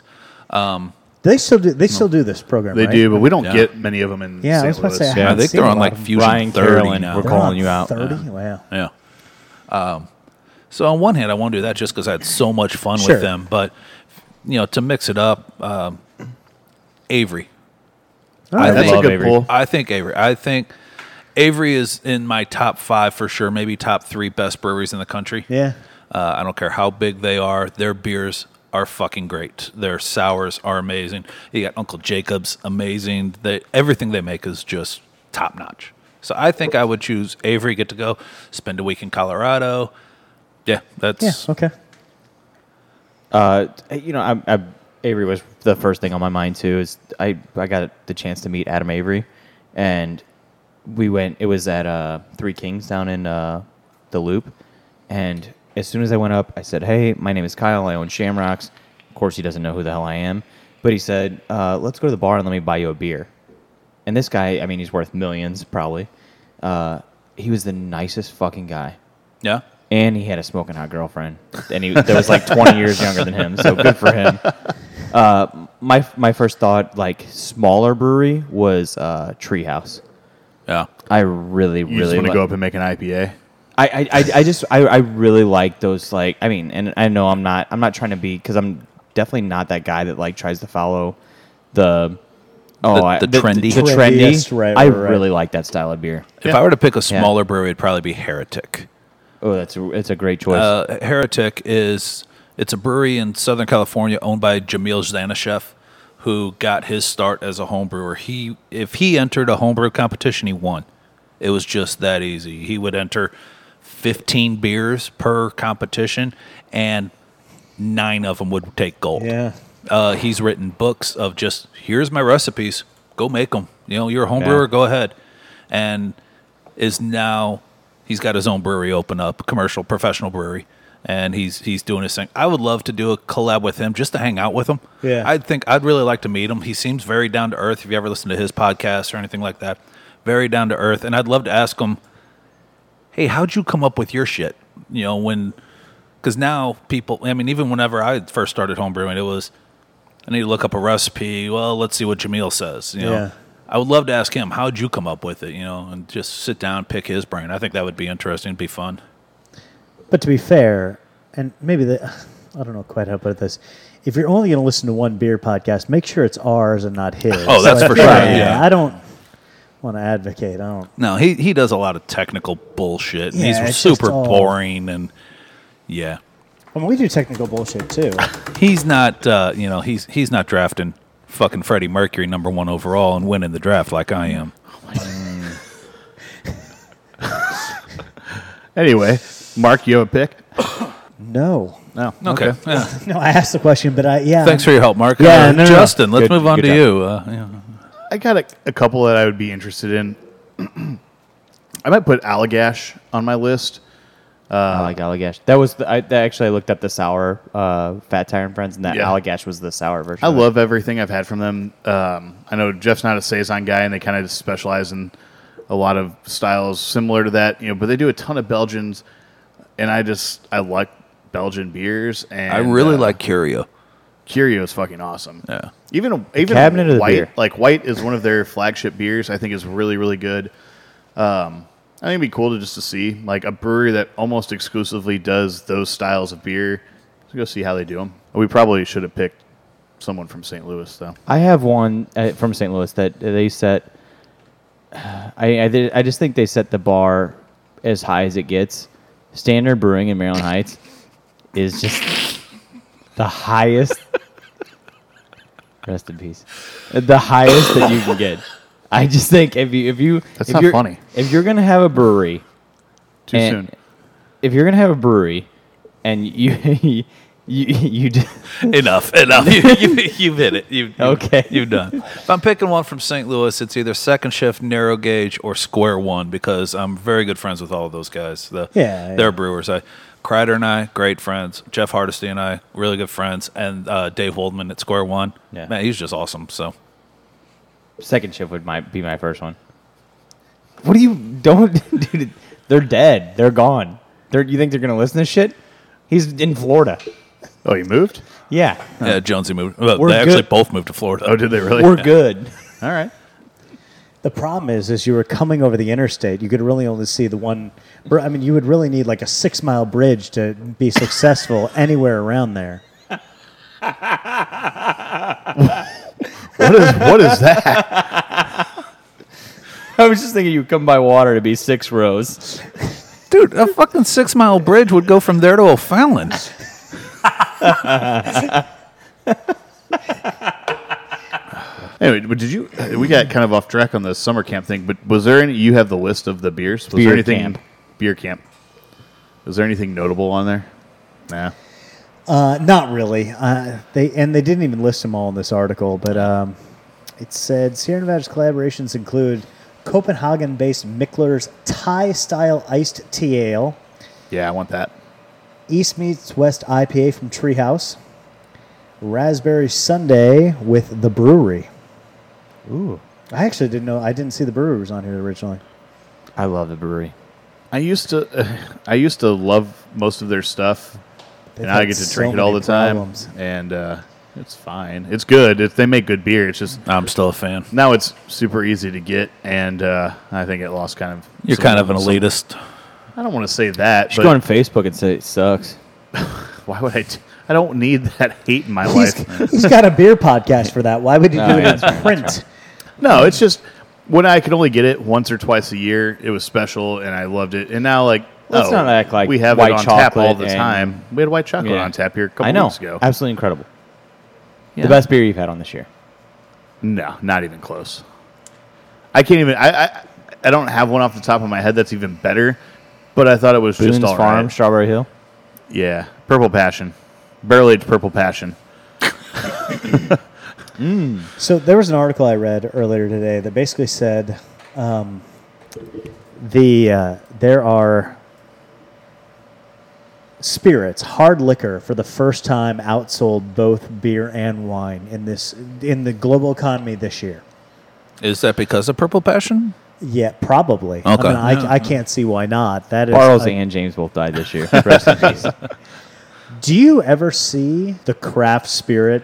They still do. They still do this program.
They
right?
do, but we don't
Yeah.
get many of them in
Yeah, I
St.
was about to
Louis.
say, I
I
haven't
think
seen
they're
a
on
lot
like
of them.
Fusion
Ryan
30
Carolyn,
now.
we're
They're
calling
on
you out.
Thirty. Wow.
Yeah. Um, so on one hand, I want to do that just because I had so much fun
Sure.
with them, but you know, to mix it up, um, Avery.
Oh,
I
That's a
love
good
Avery.
pull.
I think Avery. I think Avery is in my top five for sure. Maybe top three best breweries in the country.
Yeah.
Uh, I don't care how big they are. Their beers are fucking great. Their sours are amazing. You got Uncle Jacob's amazing. They, everything they make is just top notch. So I think I would choose Avery. Get to go spend a week in Colorado. Yeah,
Yeah.
that's
Okay.
Uh, you know, I, I Avery was the first thing on my mind too. Is I I got the chance to meet Adam Avery, and we went. It was at uh, Three Kings down in uh, the Loop, and as soon as I went up, I said, "Hey, my name is Kyle. I own Shamrocks." Of course, he doesn't know who the hell I am, but he said, uh, "Let's go to the bar and let me buy you a beer." And this guy, I mean, he's worth millions probably. Uh, he was the nicest fucking guy
Yeah.
and he had a smoking hot girlfriend, and he that was like 20 years younger than him. So good for him. Uh, my my first thought, like smaller brewery, was uh, Treehouse.
Yeah.
I really,
You just
really
want to
li-
go up and make an IPA.
I, I, I- I just I, I really like those like I mean and I know I'm not I'm not trying to be because I'm definitely not that guy that like tries to follow the oh
The-
I-
the trendy.
the,
Trendiest,
trendy
right,
I
right, right.
really like that style of beer
If I were to pick a smaller brewery, it'd probably be Heretic.
oh that's a, it's a great choice
Uh, Heretic is it's a brewery in Southern California owned by Jamil Zanishev, who got his start as a home brewer. He if he entered a homebrew competition, he won. It was just that easy. He would enter 15 beers per competition, and nine of them would take gold.
Yeah.
Uh, he's written books of just here's my recipes. Go make them. You know, you're a home
Yeah.
brewer. Go ahead. And is now he's got his own brewery open up, commercial professional brewery, and he's he's doing his thing. I would love to do a collab with him just to hang out with him.
Yeah.
I think I'd really like to meet him. He seems very down to earth. If you ever listen to his podcast or anything like that, very down to earth. And I'd love to ask him, hey, how'd you come up with your shit? You know, when because now people, I mean, even whenever I first started homebrewing, it was I need to look up a recipe. Well, let's see what Jamil says. You know,
Yeah.
I would love to ask him how'd you come up with it. You know, and just sit down, pick his brain. I think that would be interesting. It'd be fun.
But to be fair, and maybe the, I don't know quite how to put this. If you're only going to listen to one beer podcast, make sure it's ours and not his.
Oh, that's
I
for
feel
sure,
like,
yeah.
I don't want to advocate. I don't.
No, he he does a lot of technical bullshit. and
Yeah,
he's
it's just
super
all-
boring and yeah,
I mean, we do technical bullshit too.
he's not. Uh, you know, he's he's not drafting fucking Freddie Mercury number one overall and winning the draft like I am.
Anyway, Mark, you have a pick?
no,
No.
Okay. Yeah.
no. I asked the question, but I yeah.
Thanks for your help, Mark.
Yeah,
Uh,
no, no, no.
Justin, let's
Good-
move on to
good job.
you. Uh, yeah.
I got a, a couple that I would be interested in. I might put Allagash on my list.
I like Allagash. That was the, I that actually I looked up the sour uh, Fat Tire and Friends, and that
Yeah.
Allagash was the sour version.
I
of it.
love everything I've had from them. Um, I know Jeff's not a saison guy, and they kind of specialize in a lot of styles similar to that. You know, but they do a ton of Belgians, and I just I like Belgian beers. And
I really
uh,
like Curio.
Curio is fucking awesome.
Yeah.
Even a- even
cabinet of the
white
beer.
like white is one of their flagship beers. I think is really really good. Um, I think it'd be cool to just to see like a brewery that almost exclusively does those styles of beer. Let's go see how they do them. We probably should have picked someone from St. Louis though.
I have one uh, from St. Louis that they set. I I, did, I just think they set the bar as high as it gets. Standard Brewing in Maryland Heights is just the highest. Rest in peace. The highest that you can get. I just think if you if you
That's
if
not
you're-
funny.
If you're gonna have a brewery
Too
And-
soon.
if you're gonna have a brewery and you you you do,
enough, enough. You, you, you've hit it. You've, you've-
Okay.
You've done. If I'm picking one from St. Louis, it's either second shift, narrow gauge, or square one because I'm very good friends with all of those guys. The,
Yeah,
They're
yeah.
brewers. I, Kreider and I, great friends. Jeff Hardesty and I, really good friends. And uh, Dave Holdman at square one.
Yeah.
Man, he's just awesome. So
second shift would might be my first one. What do you don't dude? They're dead. They're gone. They're, you think they're gonna listen to this shit? He's in Florida.
Oh, you moved?
Yeah,
yeah, Jonesy moved. Well,
We're
they actually
good.
both moved to Florida.
Oh, did they really?
we're good.
All right.
The problem is, is you were coming over the interstate. You could really only see the one. br- I mean, you would really need like a six mile bridge to be successful anywhere around there.
What is what is that?
I was just thinking you come by water to be six rows.
Dude, a fucking six mile bridge would go from there to O'Fallon.
Anyway, but did you? We got kind of off track on the summer camp thing, but was there any? You have the list of the beers. Was there
Beer
anything?
camp.
Beer camp. Was there anything notable on there? Nah.
Uh, not really. Uh, they and they didn't even list them all in this article, but um, it said Sierra Nevada's collaborations include Copenhagen-based Mickler's Thai-style iced tea ale,
Yeah, I want that.
East meets West IPA from Treehouse, Raspberry Sunday with the brewery.
Ooh,
I actually didn't know. I didn't see the brewers on here originally.
I love the brewery.
I used to, I used to love most of their stuff,
They've
and I
had
get to
so
drink it
many
all the time,
problems.
and uh, it's fine. It's good. If they make good beer, it's just
I'm still a fan.
now it's super easy to get, and uh, I think it lost kind of.
You're
some-
kind of an
some-
elitist.
I don't want to say that,
Just go on
but
Facebook and say it sucks.
why would I? T- I don't need that hate in my
He's,
life.
he's got a beer podcast for that. Why would you
Oh,
do
yeah,
it in print?
No, it's just when I could only get it once or twice a year. It was special, and I loved it. And now, like,
Let's
oh,
not act like
we have
white
it on tap all
chocolate
the
and-
time. We had white chocolate
Yeah.
on tap here a couple
I know.
weeks ago.
Absolutely incredible.
Yeah.
The best beer you've had on this year.
No, not even close. I can't even. I, I I don't have one off the top of my head that's even better. But I thought it was
Boone's
just all
Farm,
right.
Strawberry Hill.
Yeah, Purple Passion, barrel aged Purple Passion.
So there was an article I read earlier today that basically said um, the uh, there are spirits, hard liquor, for the first time outsold both beer and wine in this in the global economy this year.
Is that because of Purple Passion?
Yeah, probably.
Okay.
I, mean, I, I can't see why not. That is.
Bartles
a-
and James both died this year. Rest in peace.
do you ever see the craft spirit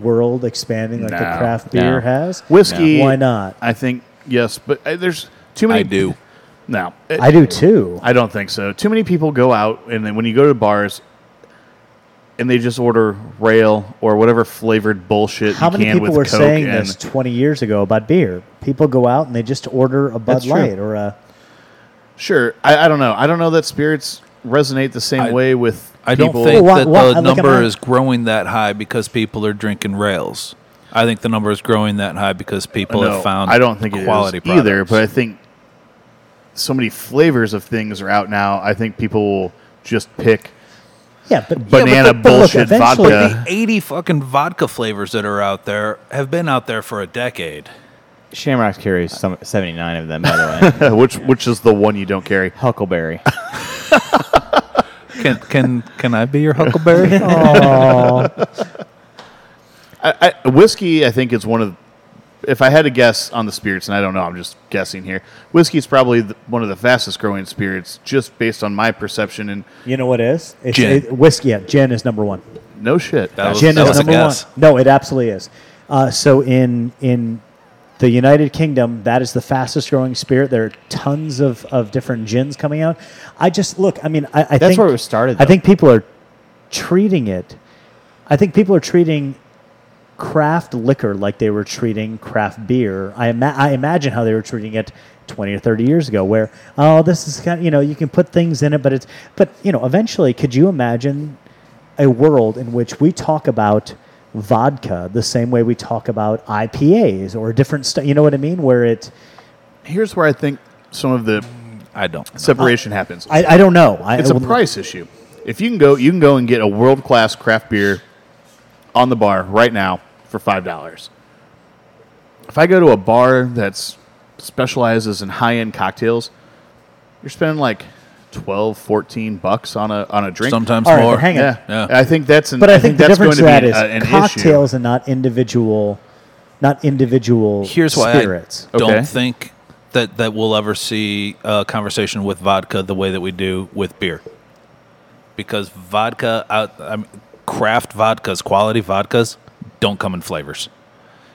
world expanding like the
No.
craft beer
No.
has?
Whiskey.
Why not?
I think yes, but uh, there's too many.
I do.
No, It-
I do too.
I don't think so. Too many people go out, and then when you go to bars, and they just order rail or whatever flavored bullshit
How
you
many
can
people
with
were
Coke
saying
and
this 20 years ago about beer? People go out and they just order a Bud
That's true.
Light or a.
sure. I, I don't know. I don't know that spirits resonate the same
I-
way with.
I don't
people.
think
Well, why-
that
why-
the
look, I'm
number
not-
is growing that high because people are drinking rails. I think the number is growing that high because people
Uh, No,
have found
I don't think it is
quality
either,
products.
but I think so many flavors of things are out now. I think people will just pick.
Yeah, but
Banana
yeah, but- but look,
bullshit
eventually-
vodka.
the 80 fucking vodka flavors that are out there have been out there for a decade.
Shamrock carries some, 79 of them, by the way.
which which is the one you don't carry?
Huckleberry.
Can can can I be your huckleberry?
oh,
I, I, whiskey, I think, is one of. If I had to guess on the spirits, and I don't know, I'm just guessing here. Whiskey is probably the, one of the fastest growing spirits, just based on my perception. And
You know what it is? It's,
Gin.
It, whiskey, yeah. Gin is number one.
no shit,
That was-
Gin
that
is
was a
number one.
guess.
No, it absolutely is. Uh, so in in the United Kingdom, that is the fastest growing spirit. There are tons of, of different gins coming out. I just look. I mean, I, I that's think
where it was started,
I
though.
think people are treating it. I think people are treating craft liquor like they were treating craft beer. I, ima- I imagine how they were treating it 20 or 30 years ago, where oh, this is kind of, you know you can put things in it, but it's but you know eventually, could you imagine a world in which we talk about vodka the same way we talk about IPAs or different stuff? You know what I mean? Where it
here's where I think some of the
I don't. know.
separation happens.
I, I don't know. I,
it's
I
a
will-
price issue. If you can go, you can go and get a world class craft beer on the bar right now for five dollars. If I go to a bar that's specializes in high end cocktails, you're spending like 12, 14 bucks on a on a drink.
Sometimes
All right,
more.
but hang on.
Yeah.
Yeah.
I think that's an,
But I, think, the
that's
difference
going to
to that
be
is
a- an
cocktails and not individual, not individual.
Here's why
spirits.
I don't
Okay.
think that that we'll ever see a conversation with vodka the way that we do with beer, because vodka out, I mean, craft vodkas, quality vodkas, don't come in flavors.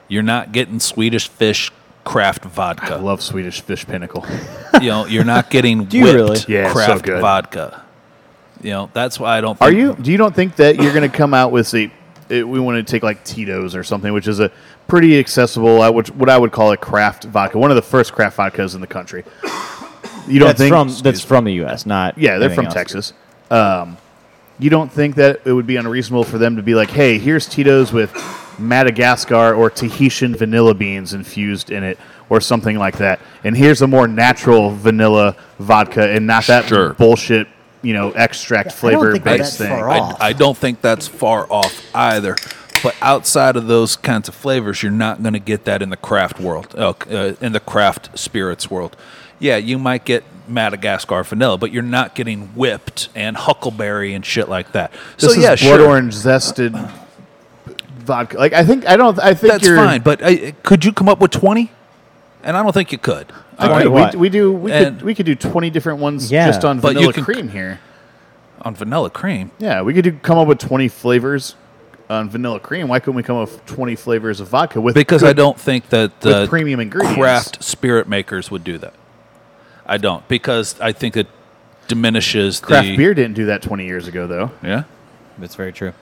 You're not getting Swedish fish craft
issue. I
vodka.
love Swedish fish pinnacle.
you know, you're not getting
you
whipped
really?
Yeah, it's so
craft
good.
vodka. You know, that's why I don't.
Are
think-
you? Do you don't think that you're going to come out with the? It, we want to take like Tito's or something, which is a pretty accessible, I would what I would call a craft vodka, one of the first craft vodkas in the country. You don't
That's
think?
from that's from the U.S. Not
yeah, they're
anything
from
else.
Texas. Um, you don't think that it would be unreasonable for them to be like, "Hey, here's Tito's with Madagascar or Tahitian vanilla beans infused in it, or something like that," and here's a more natural vanilla vodka, and not that
Sure.
bullshit you know extract
I don't
flavor
think we're
based
that
thing.
far
I-
off.
I, I don't think that's far off either. But outside of those kinds of flavors, you're not going to get that in the craft world, uh, uh, in the craft spirits world. Yeah, you might get Madagascar vanilla, but you're not getting whipped and huckleberry and shit like that. so
This is
yeah,
blood
sure,
orange zested vodka. Like I think I don't I think
that's
you're
fine. But uh, could you come up with twenty? And I don't think you could.
I
Alright,
could-
what?
we, we do we
And-
could we could do twenty different ones
Yeah.
just on
But you
vanilla
can-
cream here.
on vanilla cream.
Yeah, we could do come up with twenty flavors on vanilla cream. Why couldn't we come up with twenty flavors of vodka with
because I
good-
don't think that
with
the
premium ingredients.
craft spirit makers would do that. I don't because I think it diminishes the
craft beer didn't do that twenty years ago though.
Yeah,
That's very true.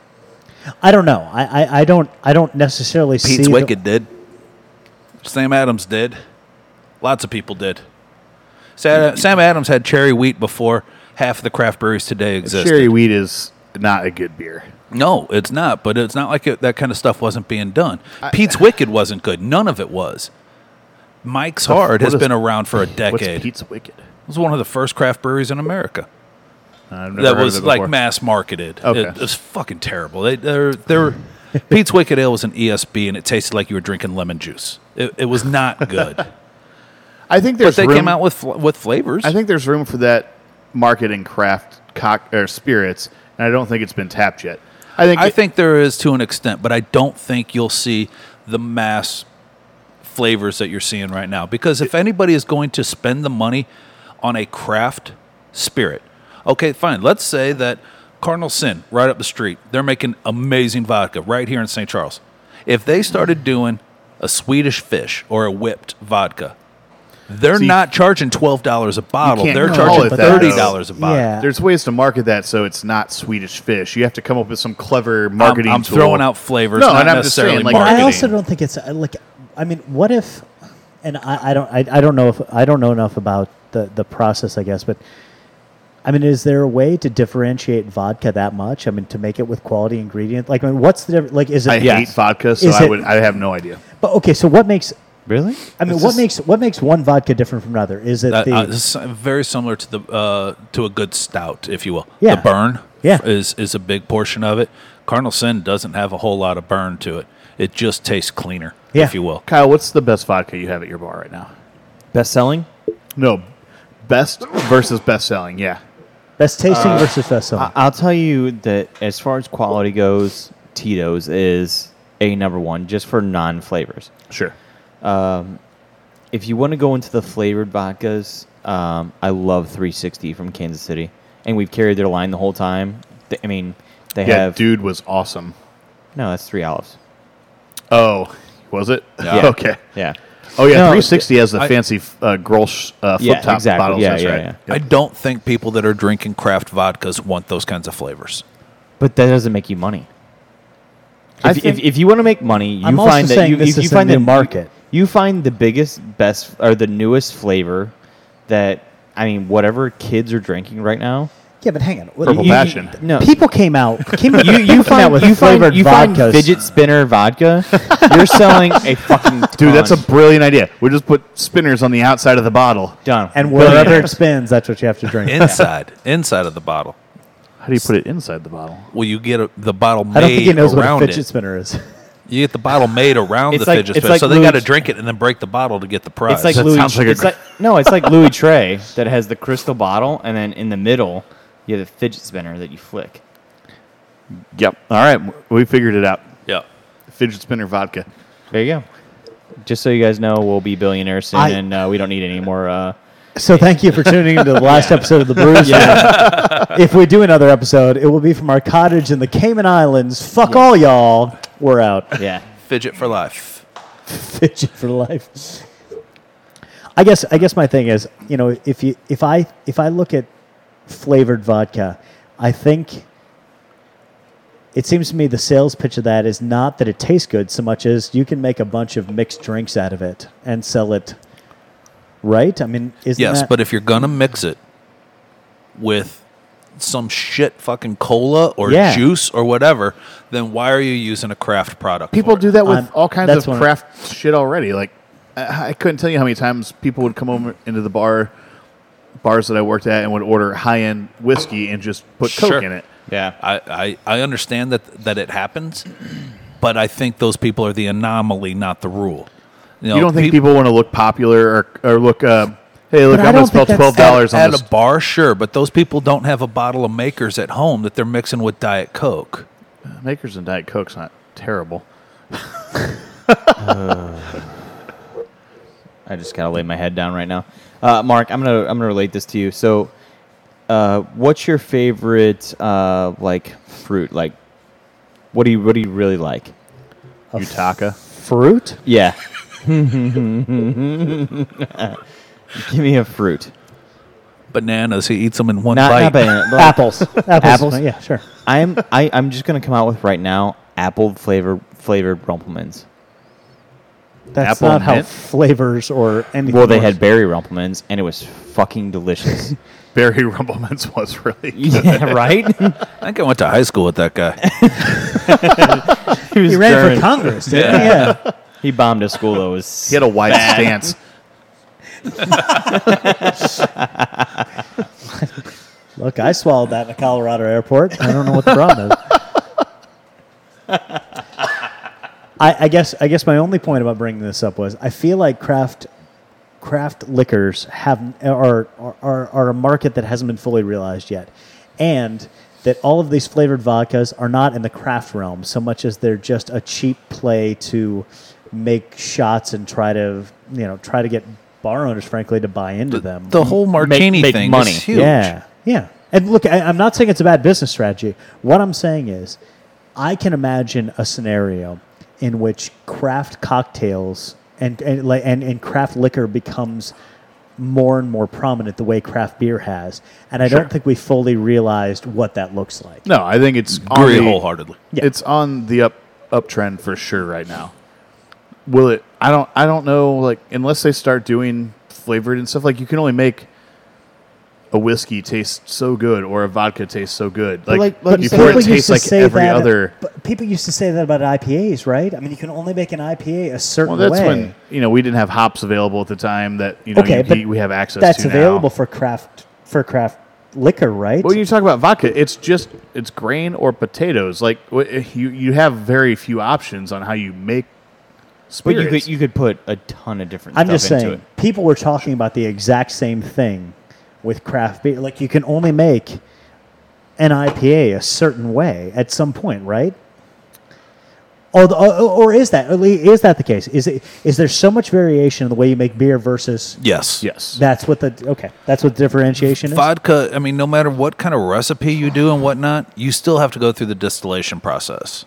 I don't know. I, I, I don't I don't necessarily see.
Pete's
the-
Wicked did.
Sam Adams did. Lots of people did. Sam, Sam Adams had cherry wheat before half the craft breweries today exist.
Cherry wheat is not a good beer.
No, it's not. But it's not like it, that kind of stuff wasn't being done. Pete's Wicked wasn't good. None of it was. Mike's Hard
what
has
is-
been around for a
What's
decade. It
Pete's Wicked?
was one of the first craft breweries in America.
I've
that
never heard of
was
it
like
before.
mass marketed.
Okay.
It, it was fucking terrible. They, they're, they're, Pete's Wicked Ale was an ESB, and it tasted like you were drinking lemon juice. It, it was not good.
I think
but
there's
they
room,
came out with fl- with flavors.
I think there's room for that market and craft cock or spirits, and I don't think it's been tapped yet. I think
I think there is to an extent, but I don't think you'll see the mass flavors that you're seeing right now. Because if anybody is going to spend the money on a craft spirit, okay, fine. Let's say that Cardinal Sin, right up the street, they're making amazing vodka right here in St. Charles. If they started doing a Swedish fish or a whipped vodka, they're
you-
not charging twelve dollars a bottle.
can't
They're
call
charging
it
that,
thirty dollars a bottle.
Yeah.
There's ways to market that so it's not Swedish fish. You have to come up with some clever
I'm-
marketing.
I'm,
tool.
throwing out flavors,
No,
not
and I'm just
necessarily
saying, like,
Well, I
marketing.
also don't think it's uh, like. I mean, what if? And I, I don't. I, I don't know if I don't know enough about the the process. I guess, but I mean, is there a way to differentiate vodka that much? I mean, to make it with quality ingredient. Like, I mean, what's the diff- like? Is it?
I
yeah.
hate vodka, so
Is
I
it-
would. I have no idea.
But okay, so what makes?
Really?
I mean,
It's
what
just-
makes what makes one vodka different from another? Is it
Uh,
the?
uh, it's very similar to the uh, to a good stout, if you will.
Yeah.
The burn
Yeah.
is is a big portion of it. Cardinal Sin doesn't have a whole lot of burn to it. It just tastes cleaner,
Yeah.
if you will.
Kyle, what's the best vodka you have at your bar right now?
Best selling?
No, best versus best selling. Yeah,
Best tasting versus best selling.
uh, I- I'll tell you that as far as quality goes, Tito's is a number one just for non flavors.
sure.
If you want to go into the flavored vodkas, um, I love 360 from Kansas City, and we've carried their line the whole time. Th- I mean, they
Yeah,
have
dude was awesome.
no, that's three olives.
Oh, was it?
Yeah.
okay.
Yeah,
Oh yeah,
No,
360 has the
I-
fancy uh, Grolsch uh, flip
Yeah,
top
exactly.
bottles.
Yeah,
that's
yeah,
right.
yeah.
I don't think people that are drinking craft vodkas want those kinds of flavors.
but that doesn't make you money.
I
If, if,
think-
if you want to make money, you
I'm also
find that
saying
you,
this
you, you
is a
find
new
the
market.
You find the biggest, best, or the newest flavor that I mean, whatever kids are drinking right now.
yeah, but hang on.
Purple
You-
Passion.
No,
People came out. Came,
you
people
you
came
find
out with
you
flavored
find, you find
vodkas.
fidget spinner vodka. You're selling a fucking
Dude, that's a
ton.
brilliant idea. We just put spinners on the outside of the bottle.
done
and wherever it spins, that's what you have to drink.
Inside, inside of the bottle.
How do you put it inside the bottle?
Well, you get a, the bottle made
I don't think he knows what a
around
fidget
it.
spinner is.
You get the bottle made around
It's
the
like-
fidget
it's
spinner,
like
so they got to
Luke's-
drink it and then break the bottle to get the prize.
It's like
That
Louis.
sounds like a
it's
gr-
like, no, it's like Louis Trey that has the crystal bottle, and then in the middle you have the fidget spinner that you flick.
Yep. All right, w- we figured it out.
yeah.
Fidget spinner vodka.
There you go. Just so you guys know, we'll be billionaires soon,
I-
and uh, we don't need any more. Uh,
So thank you for tuning into the last episode of the Brews. if we do another episode, it will be from our cottage in the Cayman Islands. Fuck all y'all. We're out.
yeah.
Fidget for life.
Fidget for life. I guess I guess my thing is, you know, if you if I if I look at flavored vodka, I think it seems to me the sales pitch of that is not that it tastes good so much as you can make a bunch of mixed drinks out of it and sell it. Right? I mean, isn't
Yes,
that-
but if you're gonna mix it with some shit fucking cola or
Yeah.
juice or whatever, then why are you using a craft product?
People
for it?
do that with
I'm-
all kinds
that's
of
what I-
craft shit already. Like, I, I couldn't tell you how many times people would come over into the bar bars that I worked at and would order high end whiskey and just put Coke
Sure.
in it.
Yeah.
I, I, I understand that that it happens, but I think those people are the anomaly, not the rule. know,
You don't think
peop-
people want to look popular or, or look, um, hey, look,
But I
I'm going
don't
to spell
think that's-
$12 on
at
this.
a bar, sure, but those people don't have a bottle of Makers at home that they're mixing with Diet Coke.
Makers and Diet Coke's not terrible.
I just gotta lay my head down right now. Uh, Mark, I'm gonna I'm gonna relate this to you. So, uh, what's your favorite uh, like fruit? Like, what do you what do you really like?
Utaka.
Fruit?
Yeah. Give me a fruit.
Bananas, he eats them in one
Not,
bite.
not banana. but-
Apples. Apples.
Apples?
Yeah, sure.
I'm I, I'm just gonna come out with right now apple flavor flavored Rumplemans.
That's
Apple
not
and
how
mint?
flavors or anything.
Well, they
works.
had berry Rumplemans, and it was fucking delicious.
Barry Rumblemans was really good.
yeah, right.
I think I went to high school with that guy.
he was
He ran
German.
for Congress. Didn't he? yeah.
He bombed his school though. It was
He had a wide stance.
Look, I swallowed that in a Colorado airport. I don't know what the problem is. I, I guess I guess my only point about bringing this up was I feel like craft craft liquors have are are, are, are a market that hasn't been fully realized yet, and that all of these flavored vodkas are not in the craft realm so much as they're just a cheap play to make shots and try to you know try to get bar owners frankly to buy into them.
The whole martini
make
thing
money.
is huge.
Yeah, yeah. And look, I, I'm not saying it's a bad business strategy. What I'm saying is, I can imagine a scenario in which craft cocktails and and like and, and craft liquor becomes more and more prominent the way craft beer has, and I
Sure.
don't think we fully realized what that looks like.
No, I think it's on
Agree
the-
wholeheartedly.
Yeah.
It's on the up uptrend for sure right now. Will it? I don't. I don't know. Like unless they start doing flavored and stuff. Like you can only make a whiskey taste so good or a vodka taste so good. Like,
like-
But
like you said,
before
people
it
used
tastes
to
like
say
every
that-
other.
but people used to say that about IPAs, right? I mean, you can only make an IPA a certain
Well, that's
way.
when you know we didn't have hops available at the time that you know
Okay,
you-
but
you- we have access.
that's
to now.
available for craft for craft liquor, right?
Well, you talk about vodka. It's just it's grain or potatoes. Like wh- eh, you you have very few options on how you make
But you
spirits.
could you could put a ton of different.
I'm
stuff
just
into
saying,
It.
people were talking about the exact same thing with craft beer. Like, you can only make an IPA a certain way at some point, right? Although, or or is that or le- is that the case? Is it is there so much variation in the way you make beer versus
Yes.
yes.
that's what the okay that's what differentiation is.
Vodka, I mean, no matter what kind of recipe you do and whatnot, you still have to go through the distillation process.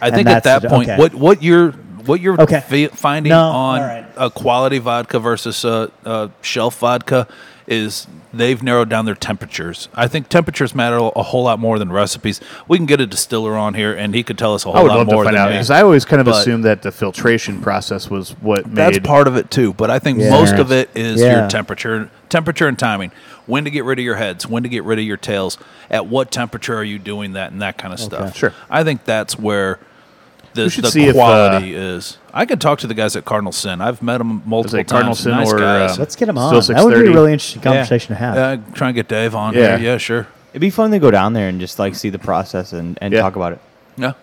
I think at
that's
that
the-
point,
okay.
what what you're what you're
Okay.
fi- finding
No,
on
all right.
a quality vodka versus a, a shelf vodka is they've narrowed down their temperatures. I think temperatures matter a whole lot more than recipes. We can get a distiller on here, and he could tell us a whole
I would
lot
love
more
to find
than
out
me.
because I always kind of
But-
assumed that the filtration process was what
That's
made.
part of it too, but I think
Yeah.
most of it is
Yeah.
your temperature, temperature and timing. When to get rid of your heads, when to get rid of your tails, at what temperature are you doing that, and that kind of stuff.
Sure.
I think that's where the,
should
the
see if, uh,
quality is. I could talk to the guys at Cardinal Sin. I've met them multiple
it
times.
Cardinal Sin
nice
or,
guys.
uh,
Let's get them
Still
on. That would be a
6:30.
really interesting conversation to have.
yeah, try and get Dave on.
Yeah.
Yeah, yeah, sure.
It'd be fun to go down there and just like see the process and, and
Yeah.
talk about it.
Yeah.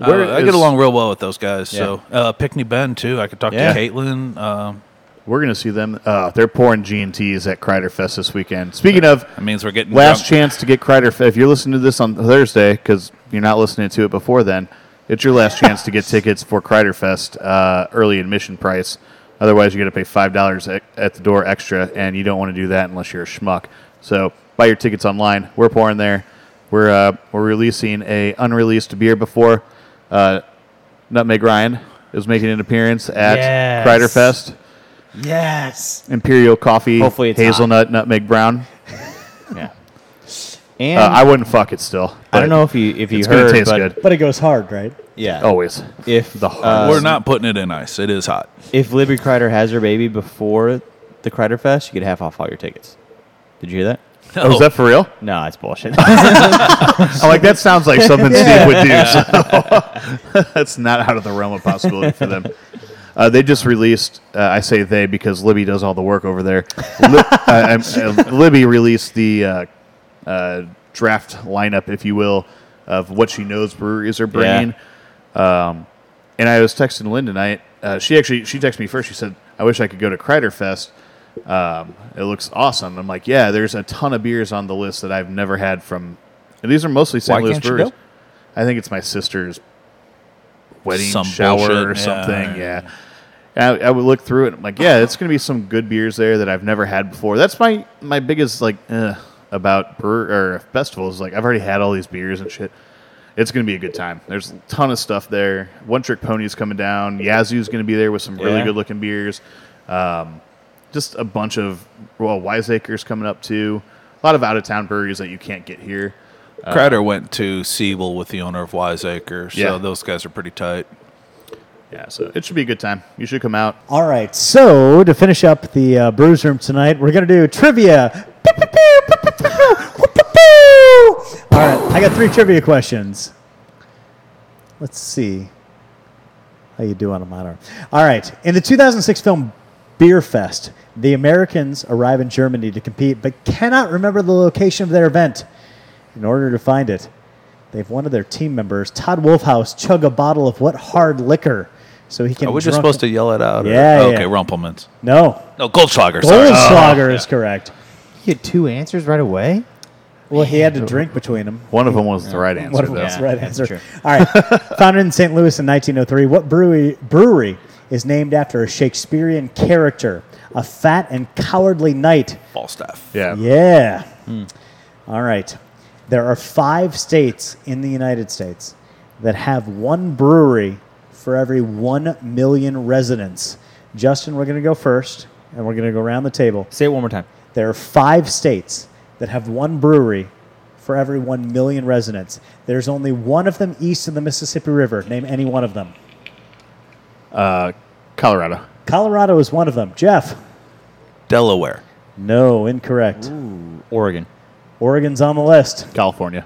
Uh,
Where
I, I
is-
get along real well with those guys.
Yeah.
So uh, Pickney Ben too. I could talk
Yeah.
to Caitlin. Um,
We're gonna see them. Uh, they're pouring G and T's at Kreider Fest this weekend. Speaking of,
that means we're getting
last
drunk.
chance to get Kreider. Fe- If you're listening to this on Thursday, because you're not listening to it before then, it's your last chance to get tickets for Kreider Fest. Uh, early admission price. Otherwise, you're gonna pay five dollars at, at the door extra, and you don't want to do that unless you're a schmuck. So buy your tickets online. We're pouring there. We're uh, we're releasing a unreleased beer before. Uh, Nutmeg Ryan is making an appearance at
Yes.
Kreider Fest.
Yes.
Imperial coffee,
Hopefully it's
hazelnut, nutmeg brown.
Yeah.
Uh,
And
I wouldn't fuck it still.
I don't
but
know if you if you
It's
heard,
gonna taste
but
good.
But it goes hard, right?
yeah,
Always.
if
The
the
hard-
We're not putting it in ice. It is hot.
Oh,
if Libby Kreider has her baby before the Kreider Fest, you get half off all your tickets. Did you hear that?
Oh, is that for real?
No, it's bullshit.
I'm like, that sounds like something Steve would do. So that's not out of the realm of possibility for them. Uh, they just released. Uh, I say they because Libby does all the work over there. Li- uh, I'm- uh, Libby released the uh, uh, draft lineup, if you will, of what she knows breweries are bringing. Um, and I was texting Lynn tonight. Uh, she actually she texted me first. She said, "I wish I could go to Kreiderfest. Um, it looks awesome." I'm like, "Yeah, there's a ton of beers on the list that I've never had from, and these are mostly St.
Why
Louis
can't you
breweries.
go?
I think it's my sister's wedding
Some
shower
bullshit, yeah.
or something. Yeah." And I, I would look through it. I'm like, yeah, it's going to be some good beers there that I've never had before. That's my my biggest like eh, about brewer or festivals. Like I've already had all these beers and shit. It's going to be a good time. There's a ton of stuff there. One Trick Pony's coming down. Yazoo's going to be there with some really
Yeah.
good looking beers. Um, just a bunch of well, Wiseacres coming up too. A lot of out of town breweries that you can't get here.
Uh,
Crowder went to Siebel with the owner of Wiseacre, so
Yeah.
those guys are pretty tight.
Yeah, so it should be a good time. You should come out.
All right, so to finish up the uh, brews room tonight, we're gonna do trivia. Pew, pew, pew, pew, pew, pew, pew, pew, pew. All right, I got three trivia questions. Let's see how you do on a monitor. All right, in the 2006 film Beer Fest, the Americans arrive in Germany to compete, but cannot remember the location of their event. In order to find it, they've one of their team members, Todd Wolfhouse, chug a bottle of what hard liquor so he can.
Are we just
drunk-
supposed to yell it out? or-
Yeah, yeah.
Okay, Rumplemans.
No,
No, Goldschlager. Sorry.
Goldschlager is correct.
You get two answers right away.
Well, he had to drink between them.
One of them was the right answer.
What
though.
was
Yeah,
the right
that's
answer?
true.
All right. Founded in St. Louis in 1903, what brewery, brewery is named after a Shakespearean character, a fat and cowardly knight?
Falstaff.
Yeah.
Yeah. Hmm. All right. There are five states in the United States that have one brewery for every one million residents. Justin, we're going to go first, and we're going to go around the table.
Say it one more time.
There are five states that have one brewery for every one million residents. There's only one of them east of the Mississippi River. Name any one of them.
Colorado.
Colorado is one of them. Jeff?
Delaware.
No, incorrect.
Oregon.
Oregon's on the list.
California.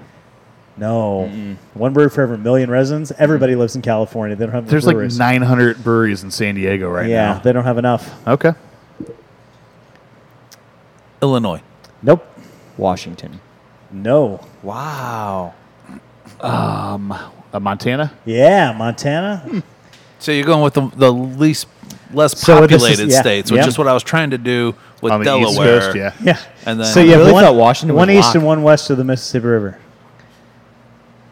No. One brewery for every million residents. Everybody lives in California. They don't have
There's
breweries.
like 900 breweries in San Diego right
Yeah,
now.
they don't have enough.
Okay.
Illinois.
Nope.
Washington.
No.
Wow.
Uh, Montana.
Yeah, Montana.
So you're going with the, the least less
So this is-
populated
yeah,
states, which
yeah.
is what I was trying to do with
On the
Delaware.
East Coast, yeah.
Yeah.
And then
so you have
really
one,
thought Washington
one
was
east
locked.
and one west of the Mississippi River.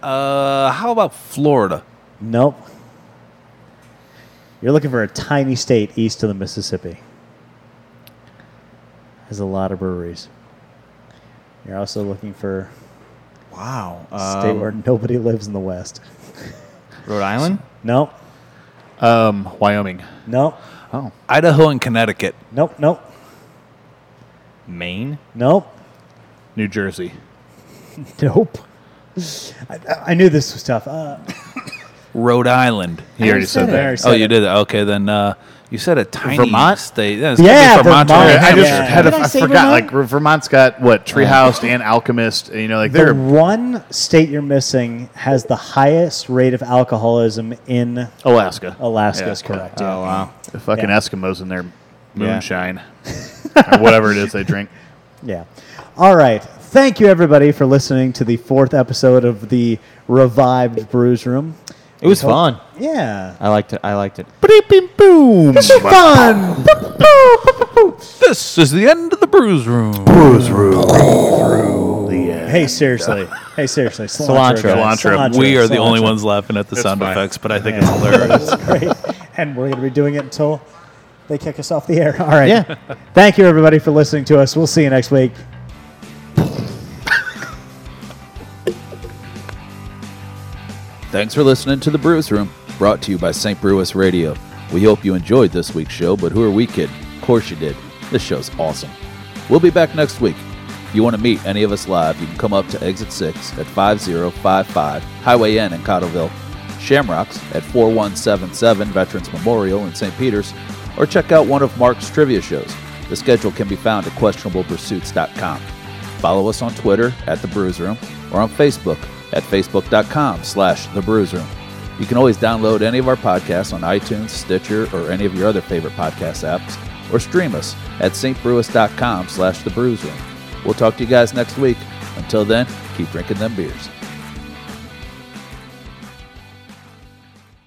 uh, how about Florida?
Nope. You're looking for a tiny state east of the Mississippi. Has a lot of breweries. You're also looking for
Wow.
a state where nobody lives in the West.
Rhode Island.
Nope.
Um, Wyoming.
Nope.
Oh.
Idaho and Connecticut.
Nope. Nope.
Maine.
Nope.
New Jersey.
Nope. I, I- I knew this was tough. Uh,
Rhode Island.
He already said
I already
that.
said
oh, you
it.
did that. Okay, then uh, you said a tiny
Vermont?
state. Yeah, it's
Yeah,
gotta be Vermont.
Vermont.
or-
I just
Yeah.
had a,
Did I
I
say
forgot.
Vermont?
Like Ver- Vermont's got what Treehouse and Alchemist. You know, like
The
they're
one state you're missing has the highest rate of alcoholism in
Alaska.
Alaska.
Yeah.
Is correct.
Oh wow.
The fucking
Yeah.
Eskimos in their
Yeah.
moonshine or whatever it is they drink.
Yeah. All right. Thank you, everybody, for listening to the fourth episode of the revived Brews Room.
It was fun.
Yeah.
I liked it. I liked it.
Boom.
Fun.
This is the end of the brews room.
hey, seriously. Hey, seriously.
Cilantro.
guys.
Cilantro.
We are the only
Cilantro.
ones laughing at the sound
fine.
effects, but I think it's hilarious.
That's great. And we're going to be doing it until they kick us off the air. All right.
Yeah.
Thank you, everybody, for listening to us. We'll see you next week.
Thanks for listening to The Brews Room, brought to you by St. Brewis Radio. We hope you enjoyed this week's show, but who are we kidding? Of course you did. This show's awesome. We'll be back next week. If you want to meet any of us live, you can come up to Exit 6 at 5055 Highway N in Cottleville, Shamrocks at 4177 Veterans Memorial in St. Peter's, or check out one of Mark's trivia shows. The schedule can be found at questionablepursuits.com. Follow us on Twitter at The Brews Room or on Facebook at facebook.com slash The Brews Room. You can always download any of our podcasts on iTunes, Stitcher, or any of your other favorite podcast apps, or stream us at stbrewis.com slash the brews room. We'll talk to you guys next week. Until then, keep drinking them beers.